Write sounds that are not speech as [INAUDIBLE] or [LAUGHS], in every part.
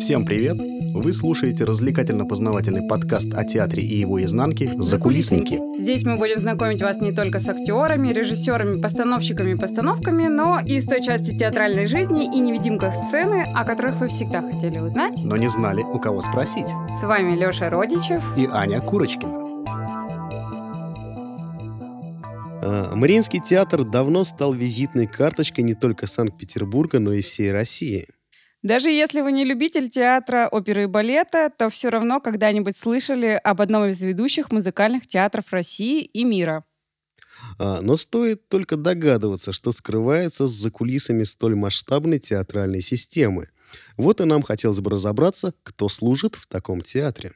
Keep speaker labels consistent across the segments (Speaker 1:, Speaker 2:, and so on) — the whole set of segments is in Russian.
Speaker 1: Всем привет! Вы слушаете развлекательно-познавательный подкаст о театре и его изнанке «Закулисники».
Speaker 2: Здесь мы будем знакомить вас не только с актерами, режиссерами, постановщиками и постановками, но и с той частью театральной жизни и невидимках сцены, о которых вы всегда хотели узнать.
Speaker 1: Но не знали, у кого спросить.
Speaker 2: С вами Леша Родичев.
Speaker 1: И Аня Курочкина.
Speaker 3: А, Мариинский театр давно стал визитной карточкой не только Санкт-Петербурга, но и всей России.
Speaker 2: Даже если вы не любитель театра, оперы и балета, то все равно когда-нибудь слышали об одном из ведущих музыкальных театров России и мира.
Speaker 3: А, Но стоит только догадываться, что скрывается за кулисами столь масштабной театральной системы. Вот и нам хотелось бы разобраться, кто служит в таком театре.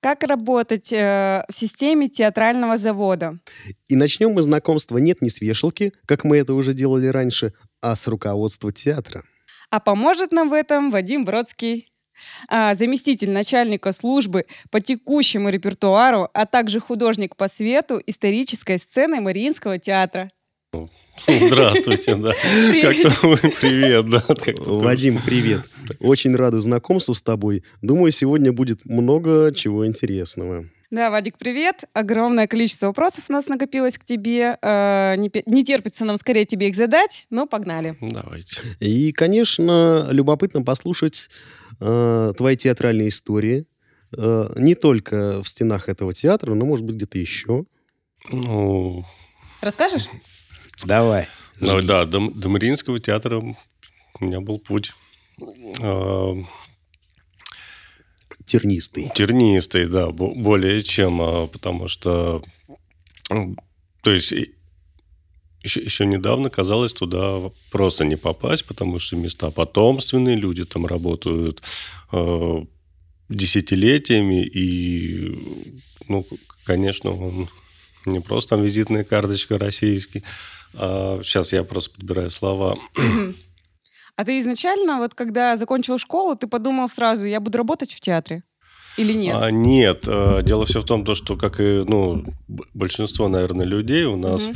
Speaker 2: Как работать э, в системе театрального завода?
Speaker 3: И начнем мы знакомство нет не с вешалки, как мы это уже делали раньше, а с руководства театра.
Speaker 2: А поможет нам в этом Вадим Бродский, а, заместитель начальника службы по текущему репертуару, а также художник по свету исторической сцены Мариинского театра.
Speaker 4: Ну, Здравствуйте, да.
Speaker 2: Привет.
Speaker 4: Как-то вы- привет, да. как-то
Speaker 3: Вадим, привет. Очень рады знакомству с тобой. Думаю, сегодня будет много чего интересного.
Speaker 2: Да, Вадик, привет. Огромное количество вопросов у нас накопилось к тебе. Э, Не пе- не терпится нам скорее тебе их задать, но погнали.
Speaker 4: тоже. Давайте.
Speaker 3: И, конечно, любопытно послушать э, твои театральные истории. Э, не только в стенах этого театра, но, может быть, где-то еще.
Speaker 4: Ну,
Speaker 2: Расскажешь?
Speaker 3: Давай.
Speaker 4: ну да, до, до Мариинского театра у меня был путь э,
Speaker 3: Тернистый.
Speaker 4: тернистый, да, бо- более чем, а, потому что, м, то есть, и- еще, еще недавно казалось туда просто не попасть, потому что места потомственные, люди там работают э, десятилетиями, и, ну, к- конечно, он не просто там визитная карточка российский. а сейчас я просто подбираю слова.
Speaker 2: А ты изначально, вот когда закончил школу, ты подумал сразу, я буду работать в театре? Или нет?
Speaker 4: А, нет, э, дело все в том, то, что, как и ну, б- большинство, наверное, людей у нас,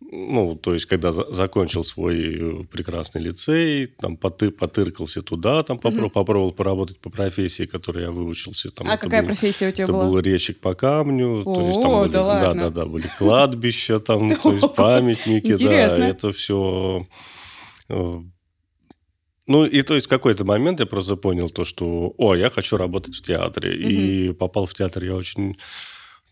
Speaker 2: Мгм.
Speaker 4: ну, то есть, когда за- закончил свой э, прекрасный лицей, там, поты- потыркался туда, там, попро-
Speaker 2: Мгм.
Speaker 4: попробовал поработать по профессии, которой я выучился. Там,
Speaker 2: а
Speaker 4: это
Speaker 2: какая
Speaker 4: был-
Speaker 2: профессия у тебя
Speaker 4: это
Speaker 2: была?
Speaker 4: был резчик по камню, то есть там
Speaker 2: О,
Speaker 4: были,
Speaker 2: да
Speaker 4: да,
Speaker 2: ладно.
Speaker 4: да, да, были кладбища,
Speaker 2: [LAUGHS]
Speaker 4: там, то
Speaker 2: Ого,
Speaker 4: есть памятники,
Speaker 2: интересно.
Speaker 4: да, это все. Ну, и то есть в какой-то момент я просто понял то, что, о, я хочу работать в театре. И попал в театр я очень...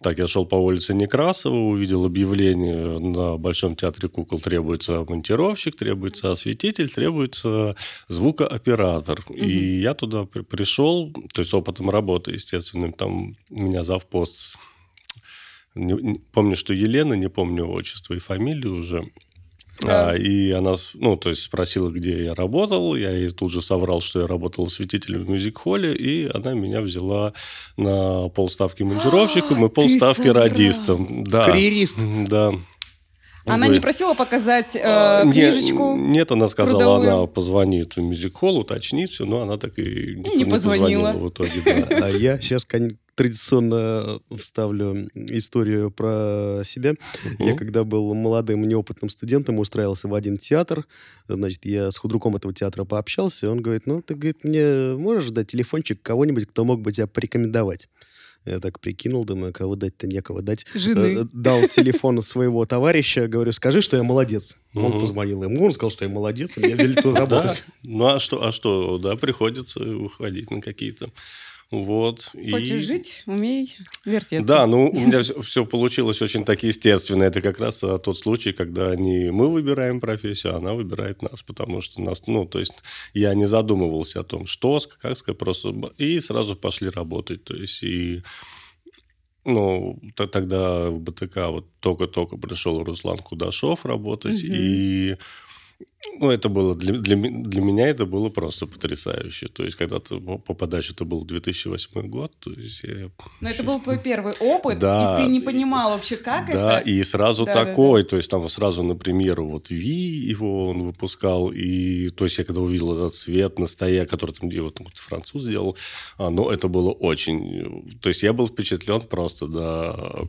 Speaker 4: Так, я шел по улице Некрасова, увидел объявление э, на Большом театре кукол требуется монтировщик, требуется осветитель, требуется звукооператор. И я туда при- пришел, то есть с опытом работы, естественно, там у меня завпост. Не- не- помню, что Елена, не помню отчество и фамилию уже.
Speaker 2: Да.
Speaker 4: А, и она, с- ну, то есть спросила, где я работал. Я ей тут же соврал, что я работал осветителем в мюзик-холле, и она меня взяла на
Speaker 2: [GASPS]
Speaker 4: полставки монтировщиком и полставки
Speaker 2: соврал.
Speaker 4: радистом. Да. [LAUGHS]
Speaker 3: Карьерист.
Speaker 4: Да.
Speaker 2: Она
Speaker 4: Вы-
Speaker 2: не просила показать э,
Speaker 4: а, не-
Speaker 2: книжечку?
Speaker 4: Нет, она сказала,
Speaker 2: трудовую?
Speaker 4: она позвонит в мюзик-холл, уточнит все, но она так и
Speaker 2: И не позвонила.
Speaker 4: в итоге. да.
Speaker 3: А я сейчас традиционно вставлю историю про себя. [LAUGHS] Я
Speaker 4: Мгм.
Speaker 3: когда был молодым неопытным студентом, устраивался в один театр. Значит, я с худруком этого театра пообщался, и он говорит, ну, ты, говорит, мне можешь дать телефончик кого-нибудь, кто мог бы тебя порекомендовать? Я так прикинул, думаю, кого дать-то некого дать.
Speaker 2: Жены.
Speaker 3: Э, Дал телефон своего товарища, говорю, скажи, что я молодец. Он
Speaker 4: Мгм.
Speaker 3: позвонил ему, он сказал, что я молодец, и меня взяли туда работать.
Speaker 4: Да. Ну а что, а что, да, приходится уходить на какие-то. Вот. и-
Speaker 2: Хочешь жить, умей вертеться.
Speaker 4: Да, ну у меня все, получилось очень так естественно. Это как раз а, тот случай, когда не мы выбираем профессию, а она выбирает нас, потому что нас, ну, то есть я не задумывался о том, что, с- как, сказать, просто б- и сразу пошли работать, то есть и ну, т- тогда в БТК вот только-только пришел Руслан Кудашов работать,
Speaker 2: Мгм.
Speaker 4: и ну, это было для, для, ме- для меня это было просто потрясающе. То есть, когда ты по- попадаешь, это был 2008 год, то есть я
Speaker 2: Но это был твой первый опыт,
Speaker 4: Да.
Speaker 2: и ты не понимал вообще, как
Speaker 4: да,
Speaker 2: это.
Speaker 4: и сразу
Speaker 2: Да, да,
Speaker 4: такой, то есть там сразу на премьеру вот Ви его он выпускал, и то есть я когда увидел этот цвет на столе, который там делал, там какой-то француз ну, сделал, а, но это было очень, э, то есть я был впечатлен просто до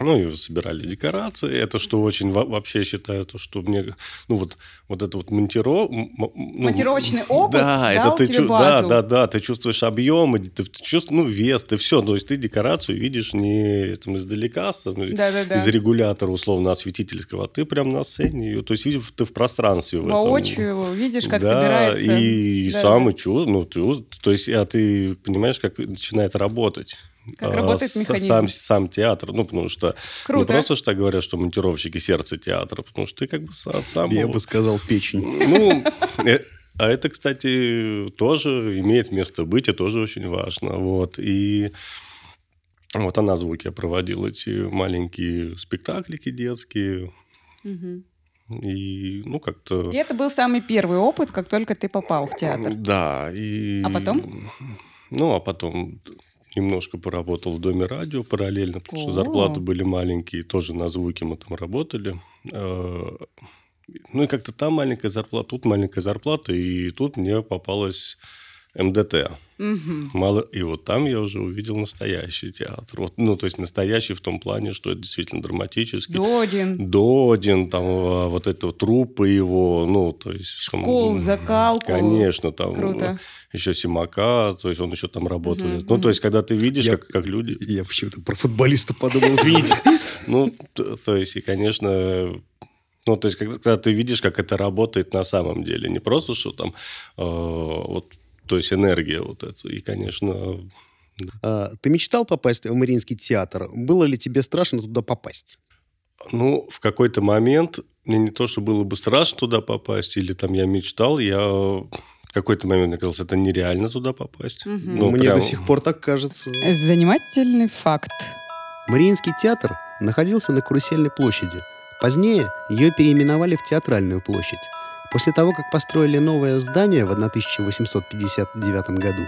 Speaker 4: Ну, и собирали декорации. Это что очень во- вообще я считаю, то, что мне... Ну, вот, вот это вот монтиро... м- м- ну,
Speaker 2: Монтировочный опыт
Speaker 4: да,
Speaker 2: дал
Speaker 4: это ты
Speaker 2: тебе
Speaker 4: чу-
Speaker 2: базу.
Speaker 4: Да, да, да. Ты чувствуешь объем, и ты чувствуешь, ну, вес, ты все. То есть ты декорацию видишь не там, издалека, с- ну,
Speaker 2: Да-да-да.
Speaker 4: из регулятора условно-осветительского, а ты прям на сцене. ее- То есть видишь, ты в пространстве. в этом.
Speaker 2: Воочию видишь, как
Speaker 4: да,
Speaker 2: собирается.
Speaker 4: и
Speaker 2: Да,
Speaker 4: сам
Speaker 2: да.
Speaker 4: и чу- ну, ты, уз- то есть, а ты понимаешь, как начинает работать.
Speaker 2: Как
Speaker 4: а,
Speaker 2: работает
Speaker 4: с-
Speaker 2: механизм.
Speaker 4: Сам, сам театр, ну, потому что...
Speaker 2: Круто.
Speaker 4: Не просто что так говорят, что монтировщики сердце театра, потому что ты как бы са- сам...
Speaker 3: Я
Speaker 4: его-
Speaker 3: бы сказал печень.
Speaker 4: Ну, э, а это, кстати, тоже имеет место быть, и тоже очень важно. Вот, и... Вот она звуки я проводил, эти маленькие спектаклики детские.
Speaker 2: Мгм.
Speaker 4: И, ну, как-то...
Speaker 2: И это был самый первый опыт, как только ты попал в театр.
Speaker 4: Да, и...
Speaker 2: А потом?
Speaker 4: Ну, а потом немножко поработал в Доме радио параллельно, потому
Speaker 2: О.
Speaker 4: что зарплаты были маленькие, тоже на звуке мы там работали. Э, Ну, и как-то там маленькая зарплата, тут маленькая зарплата, и тут мне попалась МДТ.
Speaker 2: Мгм.
Speaker 4: Мало... И вот там я уже увидел настоящий театр. Вот, ну, то есть настоящий в том плане, что это действительно драматический.
Speaker 2: Додин,
Speaker 4: Додин, там э, вот это вот трупы его, ну, то есть... там,
Speaker 2: Кол, закалку.
Speaker 4: Конечно, там
Speaker 2: Круто.
Speaker 4: э, еще Симака, то есть он еще там работал.
Speaker 2: Мгм,
Speaker 4: Ну, то есть, когда ты видишь,
Speaker 3: Я-
Speaker 4: как, как люди...
Speaker 3: Я почему-то про футболиста подумал,
Speaker 4: [LAUGHS]
Speaker 3: извините.
Speaker 4: Ну, т- то есть, и, конечно... э, Ну, то есть, когда, когда ты видишь, как это работает на самом деле. Не просто, что там... э, вот, то есть, энергия вот эта. И, конечно...
Speaker 3: А, Ты мечтал попасть в Мариинский театр? Было ли тебе страшно туда попасть?
Speaker 4: Ну, в какой-то момент мне не то, что было бы страшно туда попасть, или там я мечтал, я э, в какой-то момент мне казалось, это нереально туда попасть.
Speaker 2: Мгм.
Speaker 4: Ну,
Speaker 3: Мне
Speaker 4: прям-
Speaker 3: до сих пор так кажется.
Speaker 2: Занимательный факт.
Speaker 3: Мариинский театр находился на Карусельной площади. Позднее ее переименовали в Театральную площадь. После того, как построили новое здание в 1859 году,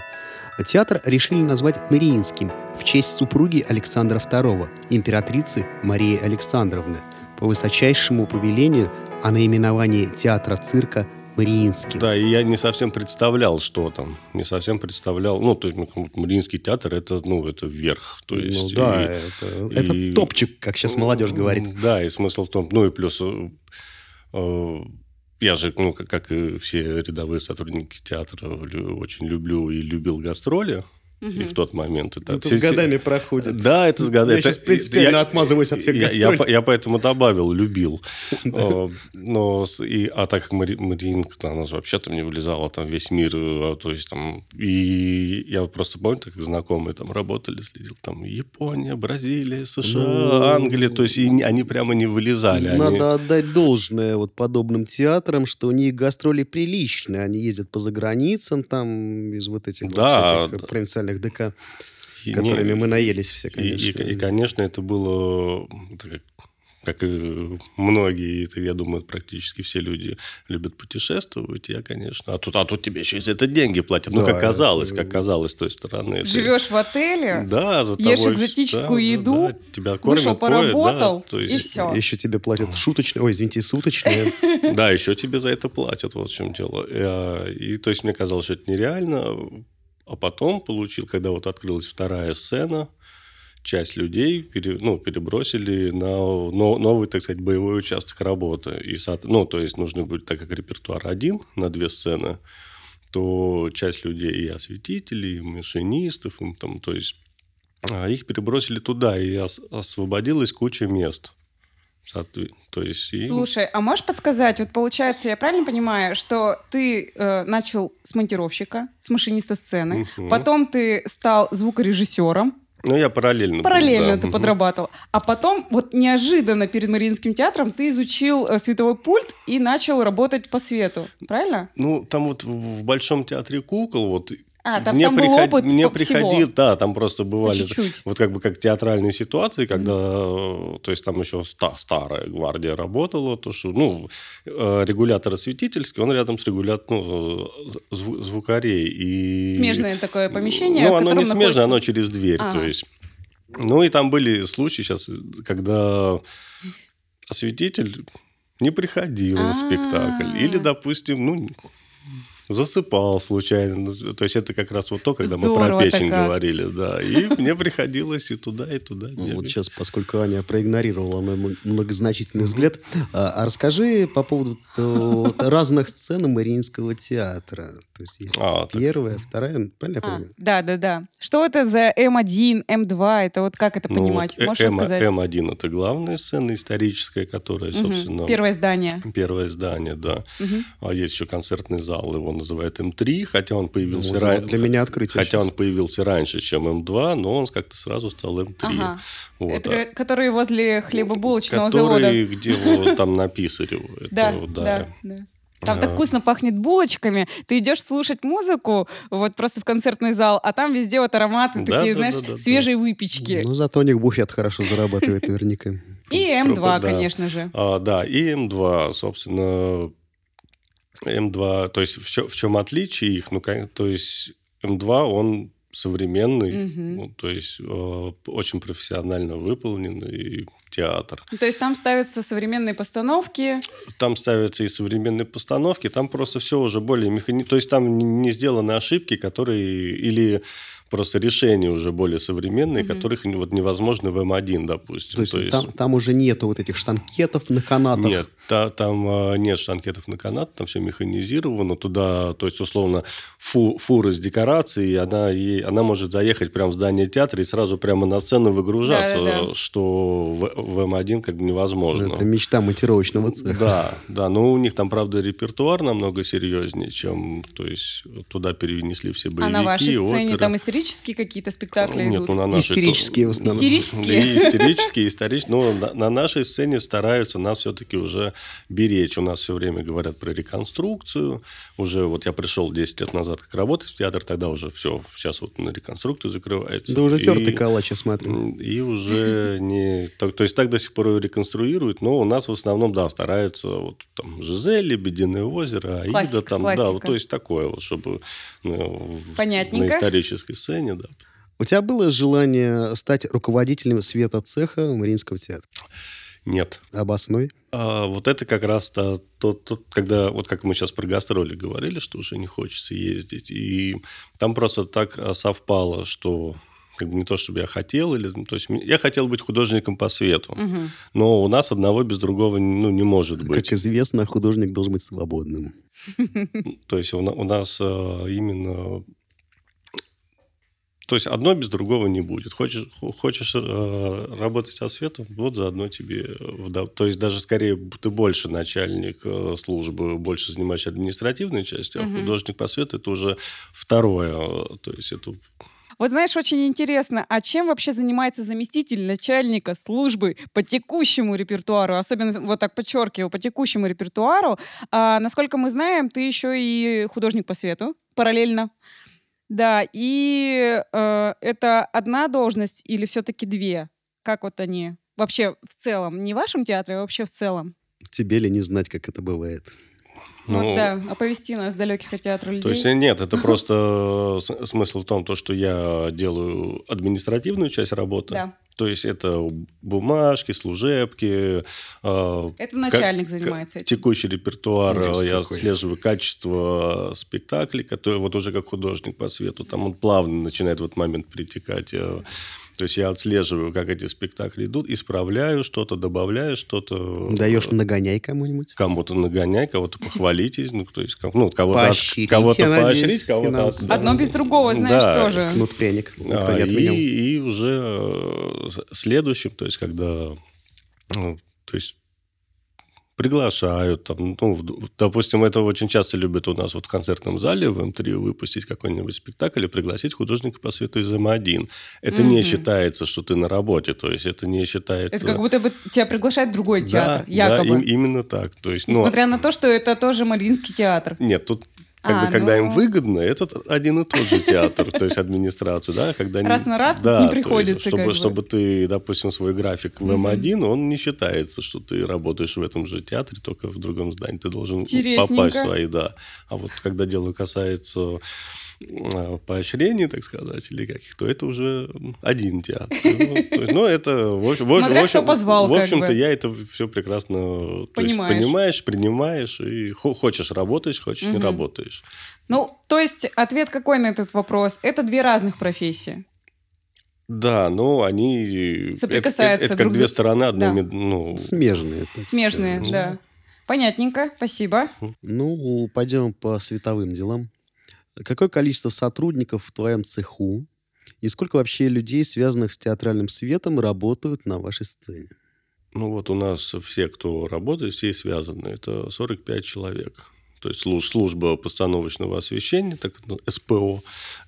Speaker 3: театр решили назвать Мариинским в честь супруги Александра II, императрицы Марии Александровны, по высочайшему повелению о наименовании театра цирка Мариинским.
Speaker 4: Да, и я не совсем представлял, что там. Не совсем представлял. Ну, то есть, ну, как будто Мариинский театр, это, ну, это верх. То
Speaker 3: Ну
Speaker 4: есть,
Speaker 3: да,
Speaker 4: и-
Speaker 3: это,
Speaker 4: и-
Speaker 3: это топчик, как сейчас молодежь говорит.
Speaker 4: Да, и смысл в том... Ну, и плюс... э, э, Я же, ну, как, как и все рядовые сотрудники театра, лю- очень люблю и любил гастроли. И в тот момент... Это,
Speaker 3: Это
Speaker 4: все-
Speaker 3: Ну, с годами проходит.
Speaker 4: Да, это с годами.
Speaker 3: Я сейчас
Speaker 4: Это-
Speaker 3: принципиально
Speaker 4: я-
Speaker 3: отмазываюсь от всех
Speaker 4: я, я
Speaker 3: гастролей.
Speaker 4: по- я поэтому
Speaker 3: [LAUGHS]
Speaker 4: добавил, любил. Э, Но, с- и, а так как Мари- Мариинка-то, она же вообще там не вылезала, там весь мир, э, то есть там... И я просто помню, так как знакомые там работали, следил, там Япония, Бразилия,
Speaker 3: Ну,
Speaker 4: США, Англия, то есть и не- они прямо не вылезали. они-
Speaker 3: Надо отдать должное вот подобным театрам, что у них гастроли приличные. Они ездят по заграницам там из вот этих вот
Speaker 4: Да.
Speaker 3: всяких провинциальных ДК,
Speaker 4: и не-
Speaker 3: которыми мы наелись все,
Speaker 4: И,
Speaker 3: конечно.
Speaker 4: и- и, конечно, это было, это как, как и многие, это, я думаю, практически все люди любят путешествовать. Я, конечно, а тут, а тут тебе еще и за это деньги платят. ну,
Speaker 3: Да,
Speaker 4: как казалось,
Speaker 3: это-
Speaker 4: как казалось с той стороны. Это-
Speaker 2: Живешь в отеле,
Speaker 4: Да, за
Speaker 2: ешь
Speaker 4: тобой-
Speaker 2: экзотическую
Speaker 4: да, да,
Speaker 2: еду,
Speaker 4: да, тебя кормят,
Speaker 2: вышел,
Speaker 4: поят, да,
Speaker 2: поработал,
Speaker 4: то
Speaker 2: и
Speaker 4: есть-
Speaker 2: все.
Speaker 3: Еще тебе платят шуточные, ой, извините,
Speaker 4: [LAUGHS]
Speaker 3: суточные.
Speaker 4: Да, еще тебе за это платят, вот в чем дело. Э, И, то есть мне казалось, что это нереально. А потом получил, когда вот открылась вторая сцена, часть людей пере- ну, перебросили на но- новый, так сказать, боевой участок работы. И, соот- ну, то есть нужно будет, так как репертуар один на две сцены, то часть людей и осветителей, и машинистов, им там, то есть а, их перебросили туда, и ос- освободилась куча мест. Соотве- То есть, и-
Speaker 2: Слушай, а можешь подсказать, вот получается, я правильно понимаю, что ты э, начал с монтировщика, с машиниста сцены,
Speaker 4: Мгм.
Speaker 2: потом ты стал звукорежиссером,
Speaker 4: Ну, я параллельно. был,
Speaker 2: параллельно
Speaker 4: да.
Speaker 2: ты
Speaker 4: Мгм.
Speaker 2: подрабатывал, а потом вот неожиданно перед Мариинским театром ты изучил э, световой пульт и начал работать по свету, правильно?
Speaker 4: Ну, там вот в, в Большом театре кукол вот...
Speaker 2: А, там- там был опыт
Speaker 4: мне
Speaker 2: по- всего.
Speaker 4: приходил, да, там просто бывали
Speaker 2: чуть-чуть.
Speaker 4: вот как бы как театральные ситуации, когда, э, то есть там еще ста- старая гвардия работала, то что, ну, э, регулятор осветительский, он рядом с регулятором, ну, э, зву- звукарей и
Speaker 2: Смежное такое помещение.
Speaker 4: Ну,
Speaker 2: в
Speaker 4: оно
Speaker 2: котором
Speaker 4: не смежное,
Speaker 2: находится-
Speaker 4: оно через дверь.
Speaker 2: А.
Speaker 4: То есть. Ну, и там были случаи сейчас, когда осветитель не приходил на спектакль. Или,
Speaker 2: А.
Speaker 4: допустим, ну, засыпал случайно. То есть это как раз вот то, когда мы
Speaker 2: Здорово-то
Speaker 4: про печень
Speaker 2: как.
Speaker 4: говорили, да. И мне приходилось и туда, и туда.
Speaker 3: Ну, вот
Speaker 4: бегать.
Speaker 3: сейчас, поскольку Аня проигнорировала мой м- многозначительный взгляд, а, а расскажи по поводу то- разных сцен Мариинского театра. То есть есть
Speaker 4: А, так-
Speaker 3: первая, вторая, ну, правильно я
Speaker 2: А,
Speaker 3: понимаю?
Speaker 2: да, да, да. Что это за М1, М2? Это вот как это
Speaker 4: Ну,
Speaker 2: понимать?
Speaker 4: вот
Speaker 2: Можешь
Speaker 4: М-
Speaker 2: рассказать?
Speaker 4: М1 это главная сцена историческая, которая,
Speaker 2: Мгм.
Speaker 4: собственно...
Speaker 2: Первое здание.
Speaker 4: Первое здание, да.
Speaker 2: Мгм.
Speaker 4: А есть еще концертный зал, его называют М3, хотя он
Speaker 3: Ну,
Speaker 4: появился
Speaker 3: вот
Speaker 4: ран-
Speaker 3: это Для меня открытие.
Speaker 4: Хотя
Speaker 3: сейчас.
Speaker 4: он появился раньше, чем М2, но он как-то сразу стал М3.
Speaker 2: Ага.
Speaker 4: Вот,
Speaker 2: Это,
Speaker 4: а- ну,
Speaker 2: Которые возле хлебобулочного завода.
Speaker 4: который, где
Speaker 2: [LAUGHS]
Speaker 4: вот там на Писареву. Это
Speaker 2: Да,
Speaker 4: вот,
Speaker 2: да, да. Там
Speaker 4: А.
Speaker 2: так вкусно пахнет булочками. Ты идешь слушать музыку вот просто в концертный зал, а там везде вот ароматы
Speaker 4: Да,
Speaker 2: такие,
Speaker 4: да,
Speaker 2: знаешь,
Speaker 4: да, да, да.
Speaker 2: свежей выпечки.
Speaker 3: Ну, зато у них буфет хорошо зарабатывает наверняка.
Speaker 2: И
Speaker 4: Круто,
Speaker 2: М2,
Speaker 4: да.
Speaker 2: конечно же.
Speaker 4: А, да, и М2, собственно, М2, то есть в, чё- в чем отличие их? Ну, кон- то есть М2, он современный,
Speaker 2: Мгм.
Speaker 4: ну, то есть э, очень профессионально выполненный театр.
Speaker 2: Ну, То есть там ставятся современные постановки.
Speaker 4: Там ставятся и современные постановки, там просто все уже более механично, то есть там не- не сделаны ошибки, которые или просто решения уже более современные,
Speaker 2: Мгм.
Speaker 4: которых не- вот невозможно в М1, допустим.
Speaker 3: То есть там там уже нету вот этих штанкетов на канатах.
Speaker 4: Нет, та- там э, нет штанкетов на канат, там все механизировано. Туда, то есть, условно, фу- фура с декорацией, она, ей- она может заехать прямо в здание театра и сразу прямо на сцену выгружаться,
Speaker 2: Да-да-да.
Speaker 4: что в, в М1 как бы невозможно.
Speaker 3: Это мечта монтировочного цеха.
Speaker 4: ну.
Speaker 3: [LAUGHS]
Speaker 4: Да, да, но у них там, правда, репертуар намного серьезнее, чем, то есть, туда перенесли все боевики,
Speaker 2: а на вашей сцене
Speaker 4: оперы.
Speaker 2: там исторические какие-то спектакли
Speaker 4: Нет,
Speaker 2: идут.
Speaker 4: ну, на нашей то-
Speaker 3: Истерические в основном.
Speaker 2: Истерические?
Speaker 4: И истерические, и исторические. Но на, на нашей сцене стараются нас все-таки уже беречь. У нас все время говорят про реконструкцию. Уже вот я пришел 10 лет назад как работать в театр, тогда уже все, сейчас вот на реконструкцию закрывается.
Speaker 3: Да уже
Speaker 4: И-
Speaker 3: тертый калач, я смотрю.
Speaker 4: м, И уже не... То, то есть так до сих пор ее реконструируют, но у нас в основном, да, стараются вот там Жизель, Лебединое озеро, Аида
Speaker 2: Классика,
Speaker 4: там, да,
Speaker 2: классика.
Speaker 4: вот, то есть такое вот, чтобы ну, в- на
Speaker 2: Понятненько.
Speaker 4: исторической сцене, да,
Speaker 3: У тебя было желание стать руководителем света цеха Мариинского театра?
Speaker 4: нет.
Speaker 3: Обоснуй.
Speaker 4: А, вот это как раз то, то- то, когда, вот как мы сейчас про гастроли говорили, что уже не хочется ездить. И там просто так а, совпало, что как бы не то, чтобы я хотел, или, ну, то есть м- я хотел быть художником по свету.
Speaker 2: Мгм.
Speaker 4: Но у нас одного без другого ну, не может быть.
Speaker 3: Как известно, художник должен быть свободным.
Speaker 4: То есть у, на- у нас э, именно... То есть одно без другого не будет. Хочешь, хо- хочешь э, работать со светом, вот заодно тебе... вда- То есть даже скорее б- ты больше начальник э, службы, больше занимаешься административной частью, а
Speaker 2: Мгм.
Speaker 4: художник по свету это уже второе. э, То есть это...
Speaker 2: Вот знаешь, очень интересно, а чем вообще занимается заместитель начальника службы по текущему репертуару? Особенно, вот так подчеркиваю, по текущему репертуару. А, насколько мы знаем, ты еще и художник по свету параллельно. Да, и э, это одна должность или все-таки две? Как вот они? Вообще в целом, не в вашем театре, а вообще в целом.
Speaker 3: Тебе ли не знать, как это бывает?
Speaker 2: Ну,
Speaker 4: ну,
Speaker 2: да, оповести нас далеких от театра людей.
Speaker 4: То есть э, нет,
Speaker 2: [LAUGHS]
Speaker 4: это просто э, с- смысл в том, то, что я делаю административную часть работы.
Speaker 2: да,
Speaker 4: То есть это бумажки, служебки, э,
Speaker 2: это начальник
Speaker 4: к-
Speaker 2: занимается этим.
Speaker 4: текущий репертуар.
Speaker 3: Ужас
Speaker 4: э, я
Speaker 3: какой.
Speaker 4: отслеживаю качество э, спектаклей, которые вот уже как художник по свету, там он плавно начинает в этот момент притекать. э, То есть я отслеживаю, как эти спектакли идут, исправляю что-то, добавляю что-то. э,
Speaker 3: Даешь нагоняй кому-нибудь?
Speaker 4: Кому-то нагоняй, кого-то похвалитесь, ну, то есть, ком- ну, кого-то, от-
Speaker 3: Поощрите,
Speaker 4: кого-то
Speaker 3: я надеюсь,
Speaker 4: поощрить, кого-то... от-
Speaker 3: финансово.
Speaker 2: Одно без другого, знаешь,
Speaker 4: Да,
Speaker 2: тоже.
Speaker 3: Кнут пряник. Никто
Speaker 4: а,
Speaker 3: не отменял.
Speaker 4: И, и уже э, с- следующим, то есть когда, ну, то есть приглашают, там, ну, в- в- допустим, это очень часто любят у нас вот в концертном зале в М3 выпустить какой-нибудь спектакль и пригласить художника по свету из М1. Это не
Speaker 2: Мгм.
Speaker 4: считается, что ты на работе, то есть это не считается...
Speaker 2: Это как будто бы тебя приглашает другой
Speaker 4: Да,
Speaker 2: театр,
Speaker 4: да,
Speaker 2: якобы.
Speaker 4: им- именно так. То есть, ну,
Speaker 2: Несмотря на то, что это тоже Мариинский театр.
Speaker 4: Нет, тут как
Speaker 2: А,
Speaker 4: бы, когда
Speaker 2: ну.
Speaker 4: им выгодно, это т- один и тот же театр, то есть администрацию, да, когда не-
Speaker 2: Раз на раз тут
Speaker 4: Да,
Speaker 2: не
Speaker 4: то есть,
Speaker 2: приходится,
Speaker 4: чтобы,
Speaker 2: как бы.
Speaker 4: чтобы ты, допустим, свой график в
Speaker 2: Мгм.
Speaker 4: М1, он не считается, что ты работаешь в этом же театре, только в другом здании, ты должен
Speaker 2: Интересненько.
Speaker 4: попасть в свои, да. А вот когда дело касается э, поощрений, так сказать, или каких-то, это уже один театр. Ну, то есть, ну, это... в общем- в общем-
Speaker 2: Смотря
Speaker 4: в общем-
Speaker 2: кто позвал,
Speaker 4: В
Speaker 2: как
Speaker 4: общем-то,
Speaker 2: бы.
Speaker 4: я это все прекрасно... то есть,
Speaker 2: Понимаешь.
Speaker 4: понимаешь, принимаешь, и хо- хочешь работаешь, хочешь не
Speaker 2: Мгм.
Speaker 4: работаешь.
Speaker 2: Ну, то есть ответ какой на этот вопрос? Это две разных профессии.
Speaker 4: Да, но они... э, это-
Speaker 2: Соприкасаются
Speaker 4: Это,
Speaker 2: друг
Speaker 4: как
Speaker 2: с-
Speaker 4: две стороны
Speaker 2: Да.
Speaker 4: одной... мед- Ну,
Speaker 3: Смежные. так
Speaker 2: Смежные,
Speaker 3: сказать.
Speaker 2: да. Понятненько, спасибо.
Speaker 3: Ну, пойдем по световым делам. Какое количество сотрудников в твоем цеху? И сколько вообще людей, связанных с театральным светом, работают на вашей сцене?
Speaker 4: ну, вот у нас все, кто работает, все связаны. Это 45 человек. То есть служ- служба постановочного освещения, так ну, СПО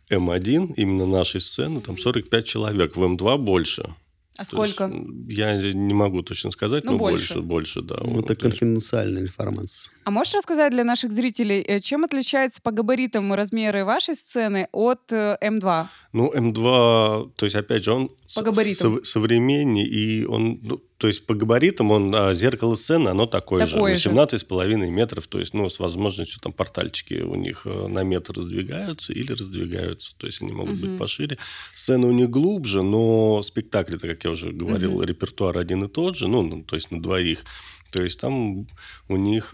Speaker 4: М1, эм именно нашей сцены, там 45 человек. В М2 больше.
Speaker 2: А
Speaker 4: То есть,
Speaker 2: сколько?
Speaker 4: м, я не могу точно сказать,
Speaker 2: Ну,
Speaker 4: но
Speaker 2: больше.
Speaker 4: больше, больше, да.
Speaker 3: Ну, это
Speaker 4: То есть,
Speaker 3: конфиденциальная информация.
Speaker 2: А можешь рассказать для наших зрителей, э, чем отличается по габаритам и размеры вашей сцены от э, М2?
Speaker 4: Ну, М2, то есть, опять же, он с-
Speaker 2: габаритам.
Speaker 4: сов- современнее, и он, ну, то есть, по габаритам он, а, зеркало сцены, оно такое,
Speaker 2: Такое же.
Speaker 4: же, на 17,5 метров, то есть, ну, с возможностью, там, портальчики у них э, на метр раздвигаются или раздвигаются, то есть, они могут
Speaker 2: Мгм.
Speaker 4: быть пошире. Сцена у них глубже, но спектакли, как я уже говорил,
Speaker 2: Мгм.
Speaker 4: репертуар один и тот же, ну, ну, то есть, на двоих. То есть, там у них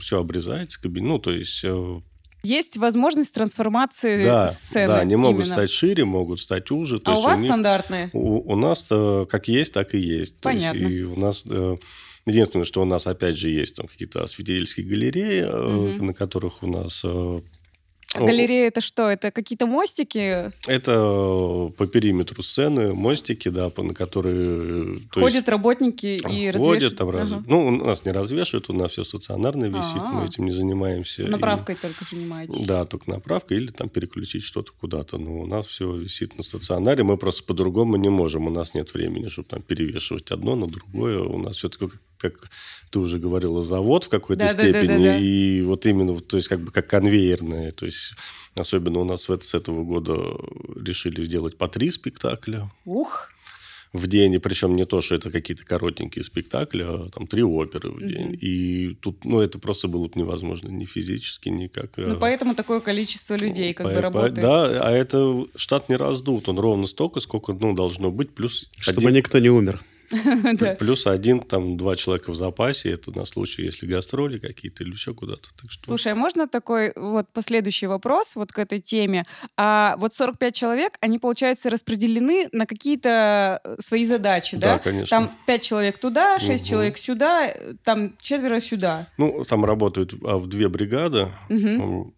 Speaker 4: все обрезается, кабин- ну, то есть... э,
Speaker 2: Есть возможность трансформации
Speaker 4: да,
Speaker 2: Э, сцены.
Speaker 4: да, они могут
Speaker 2: именно.
Speaker 4: стать шире, могут стать уже. То
Speaker 2: А у
Speaker 4: есть
Speaker 2: вас
Speaker 4: них-
Speaker 2: стандартные?
Speaker 4: у, у нас э, как есть, так и есть. То есть
Speaker 2: Понятно.
Speaker 4: и у нас э, единственное, что у нас опять же есть там какие-то осветительские галереи, э,
Speaker 2: Мгм.
Speaker 4: на которых у нас э,
Speaker 2: А галерея это что? Это какие-то мостики?
Speaker 4: это э, по периметру сцены мостики, да, по- на которые э, то
Speaker 2: ходят
Speaker 4: есть,
Speaker 2: работники и развешивают?
Speaker 4: ходят, там раз-
Speaker 2: Ага.
Speaker 4: ну у нас не развешивают, у нас все стационарно висит,
Speaker 2: А. Ну,
Speaker 4: мы этим не занимаемся. и-
Speaker 2: Направкой только занимаетесь.
Speaker 4: Да, только направка или там переключить что-то куда-то. Но у нас все висит на стационаре, мы просто по-другому не можем. У нас нет времени, чтобы там перевешивать одно на другое. У нас все-таки, как, как ты уже говорила, завод в какой-то
Speaker 2: Да-да-да-да-да.
Speaker 4: степени. И вот именно, вот, то есть как бы как конвейерное. То есть особенно у нас в это- с этого года решили делать по три спектакля
Speaker 2: Ух!
Speaker 4: в день, и причем не то, что это какие-то коротенькие спектакли, а там три оперы в день.
Speaker 2: Мгм.
Speaker 4: И тут, ну, это просто было бы невозможно ни физически, ни как...
Speaker 2: Ну,
Speaker 4: э,
Speaker 2: поэтому такое количество людей как
Speaker 4: По-
Speaker 2: бы
Speaker 4: по-
Speaker 2: работает.
Speaker 4: Да, а это штат не раздут. Он ровно столько, сколько ну, должно быть, плюс,
Speaker 3: Чтобы
Speaker 4: один,
Speaker 3: никто не умер.
Speaker 2: [LAUGHS] [LAUGHS] Да.
Speaker 4: плюс один, там, два человека в запасе. Это на случай, если гастроли какие-то или еще куда-то. Так что...
Speaker 2: Слушай, а можно такой вот последующий вопрос вот к этой теме? А вот 45 человек, они, получается, распределены на какие-то э, свои задачи, да?
Speaker 4: да, конечно.
Speaker 2: Там 5 человек туда, 6
Speaker 4: Мгм.
Speaker 2: человек сюда, э, там четверо сюда.
Speaker 4: Ну, там работают а, в две бригады.
Speaker 2: Мгм.
Speaker 4: М, и-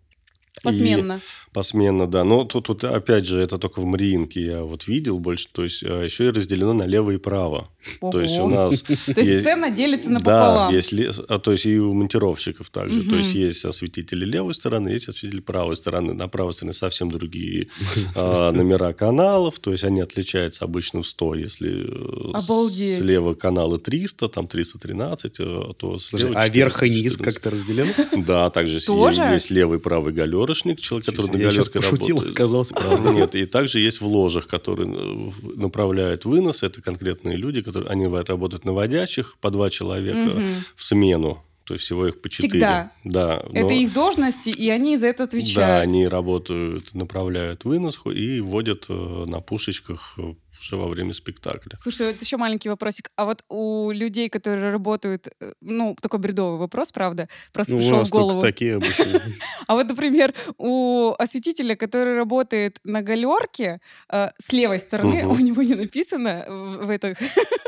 Speaker 2: Посменно.
Speaker 4: Посменно, да. Но тут, тут, опять же, это только в Мариинке я вот видел больше. То есть, а, еще и разделено на лево и право. То есть, у
Speaker 2: Ого. [LAUGHS]
Speaker 4: нас...
Speaker 2: То есть
Speaker 4: есть-
Speaker 2: сцена делится
Speaker 4: Да,
Speaker 2: напополам.
Speaker 4: есть, ле- а, то есть и у монтировщиков также.
Speaker 2: Мгм.
Speaker 4: То есть есть осветители левой стороны, есть осветители правой стороны. На правой стороне совсем другие
Speaker 2: [LAUGHS]
Speaker 4: а, номера каналов. То есть они отличаются обычно в 100. Если э,
Speaker 2: Обалдеть.
Speaker 4: слева каналы 300, там 313, э, то
Speaker 3: Слушай,
Speaker 4: слева
Speaker 3: а верх и низ
Speaker 4: 414.
Speaker 3: как-то разделен?
Speaker 4: Да, также есть-
Speaker 2: Тоже?
Speaker 4: есть левый и правый галерошник, человек, [LAUGHS] который на
Speaker 3: Я сейчас
Speaker 4: галерке
Speaker 3: пошутил,
Speaker 4: работает.
Speaker 3: оказалось,
Speaker 2: [LAUGHS]
Speaker 3: правда.
Speaker 4: Нет, и также есть в ложах, которые э, в- направляют вынос. Это конкретные люди, которые они ва- работают на водячих по два человека
Speaker 2: Мгм.
Speaker 4: в смену. То есть всего их по четыре.
Speaker 2: Всегда?
Speaker 4: Да. но-
Speaker 2: Это их должности, и они за это
Speaker 4: Да,
Speaker 2: отвечают.
Speaker 4: они работают, направляют вынос и водят э, на пушечках э, уже во время спектакля.
Speaker 2: Слушай, вот еще маленький вопросик. А вот у людей, которые работают, э, ну, такой бредовый вопрос, правда, просто
Speaker 3: Ну, у
Speaker 2: пришел в
Speaker 3: нас
Speaker 2: голову.
Speaker 3: только такие
Speaker 2: [LAUGHS]
Speaker 3: обычно.
Speaker 2: А вот, например, у осветителя, который работает на галерке, э, с левой стороны,
Speaker 4: Мгм.
Speaker 2: у него не написано в, в этих [LAUGHS]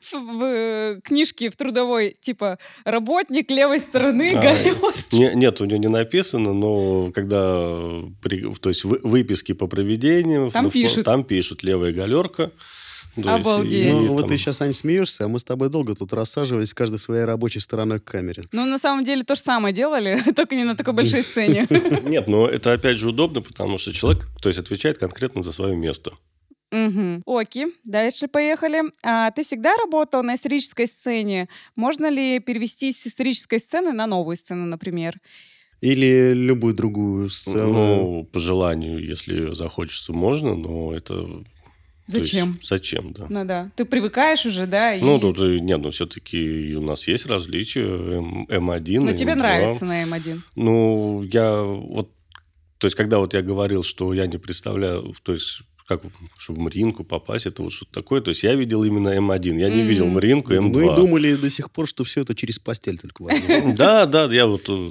Speaker 2: в, в книжке в трудовой, типа, работник левой стороны
Speaker 4: А,
Speaker 3: [LAUGHS]
Speaker 2: галерки.
Speaker 4: Не- нет, у него не написано, но когда э, при- в- то есть вы- выписки по проведению, в-
Speaker 2: Там
Speaker 4: ну, в-
Speaker 2: пишут.
Speaker 4: там пишут левая галерка. То есть, и
Speaker 2: Обалдеть.
Speaker 4: они
Speaker 3: Ну, вот
Speaker 4: там-
Speaker 3: ты сейчас, Аня, смеешься, а мы с тобой долго тут рассаживались, каждый своей рабочей стороной к камере.
Speaker 2: Ну, на самом деле, то же самое делали, [LAUGHS] только не на такой большой сцене.
Speaker 4: Нет, но это опять же удобно, потому что человек, то есть отвечает конкретно за свое место.
Speaker 2: Мгм. Оки, дальше поехали. А, ты всегда работал на исторической сцене. Можно ли перевестись с исторической сцены на новую сцену, например?
Speaker 3: Или любую другую сцену.
Speaker 4: Ну, по желанию, если захочется, можно, но это... то есть,
Speaker 2: Зачем?
Speaker 4: зачем, да.
Speaker 2: Ну да. Ты привыкаешь уже, да? и-
Speaker 4: Ну, тут, э, нет, ну, все-таки у нас есть эм, различия. М- М1
Speaker 2: Но
Speaker 4: и
Speaker 2: ну, тебе
Speaker 4: М2.
Speaker 2: нравится на М1.
Speaker 4: Ну, я вот То есть, когда вот я говорил, что я не представляю, то есть как, чтобы в Мариинку попасть, это вот что-то такое. То есть я видел именно М1, я не
Speaker 2: Мгм.
Speaker 4: видел эм Мариинку, М2.
Speaker 3: Мы думали до сих пор, что все это через постель только возможно.
Speaker 4: Да, да, я вот... э,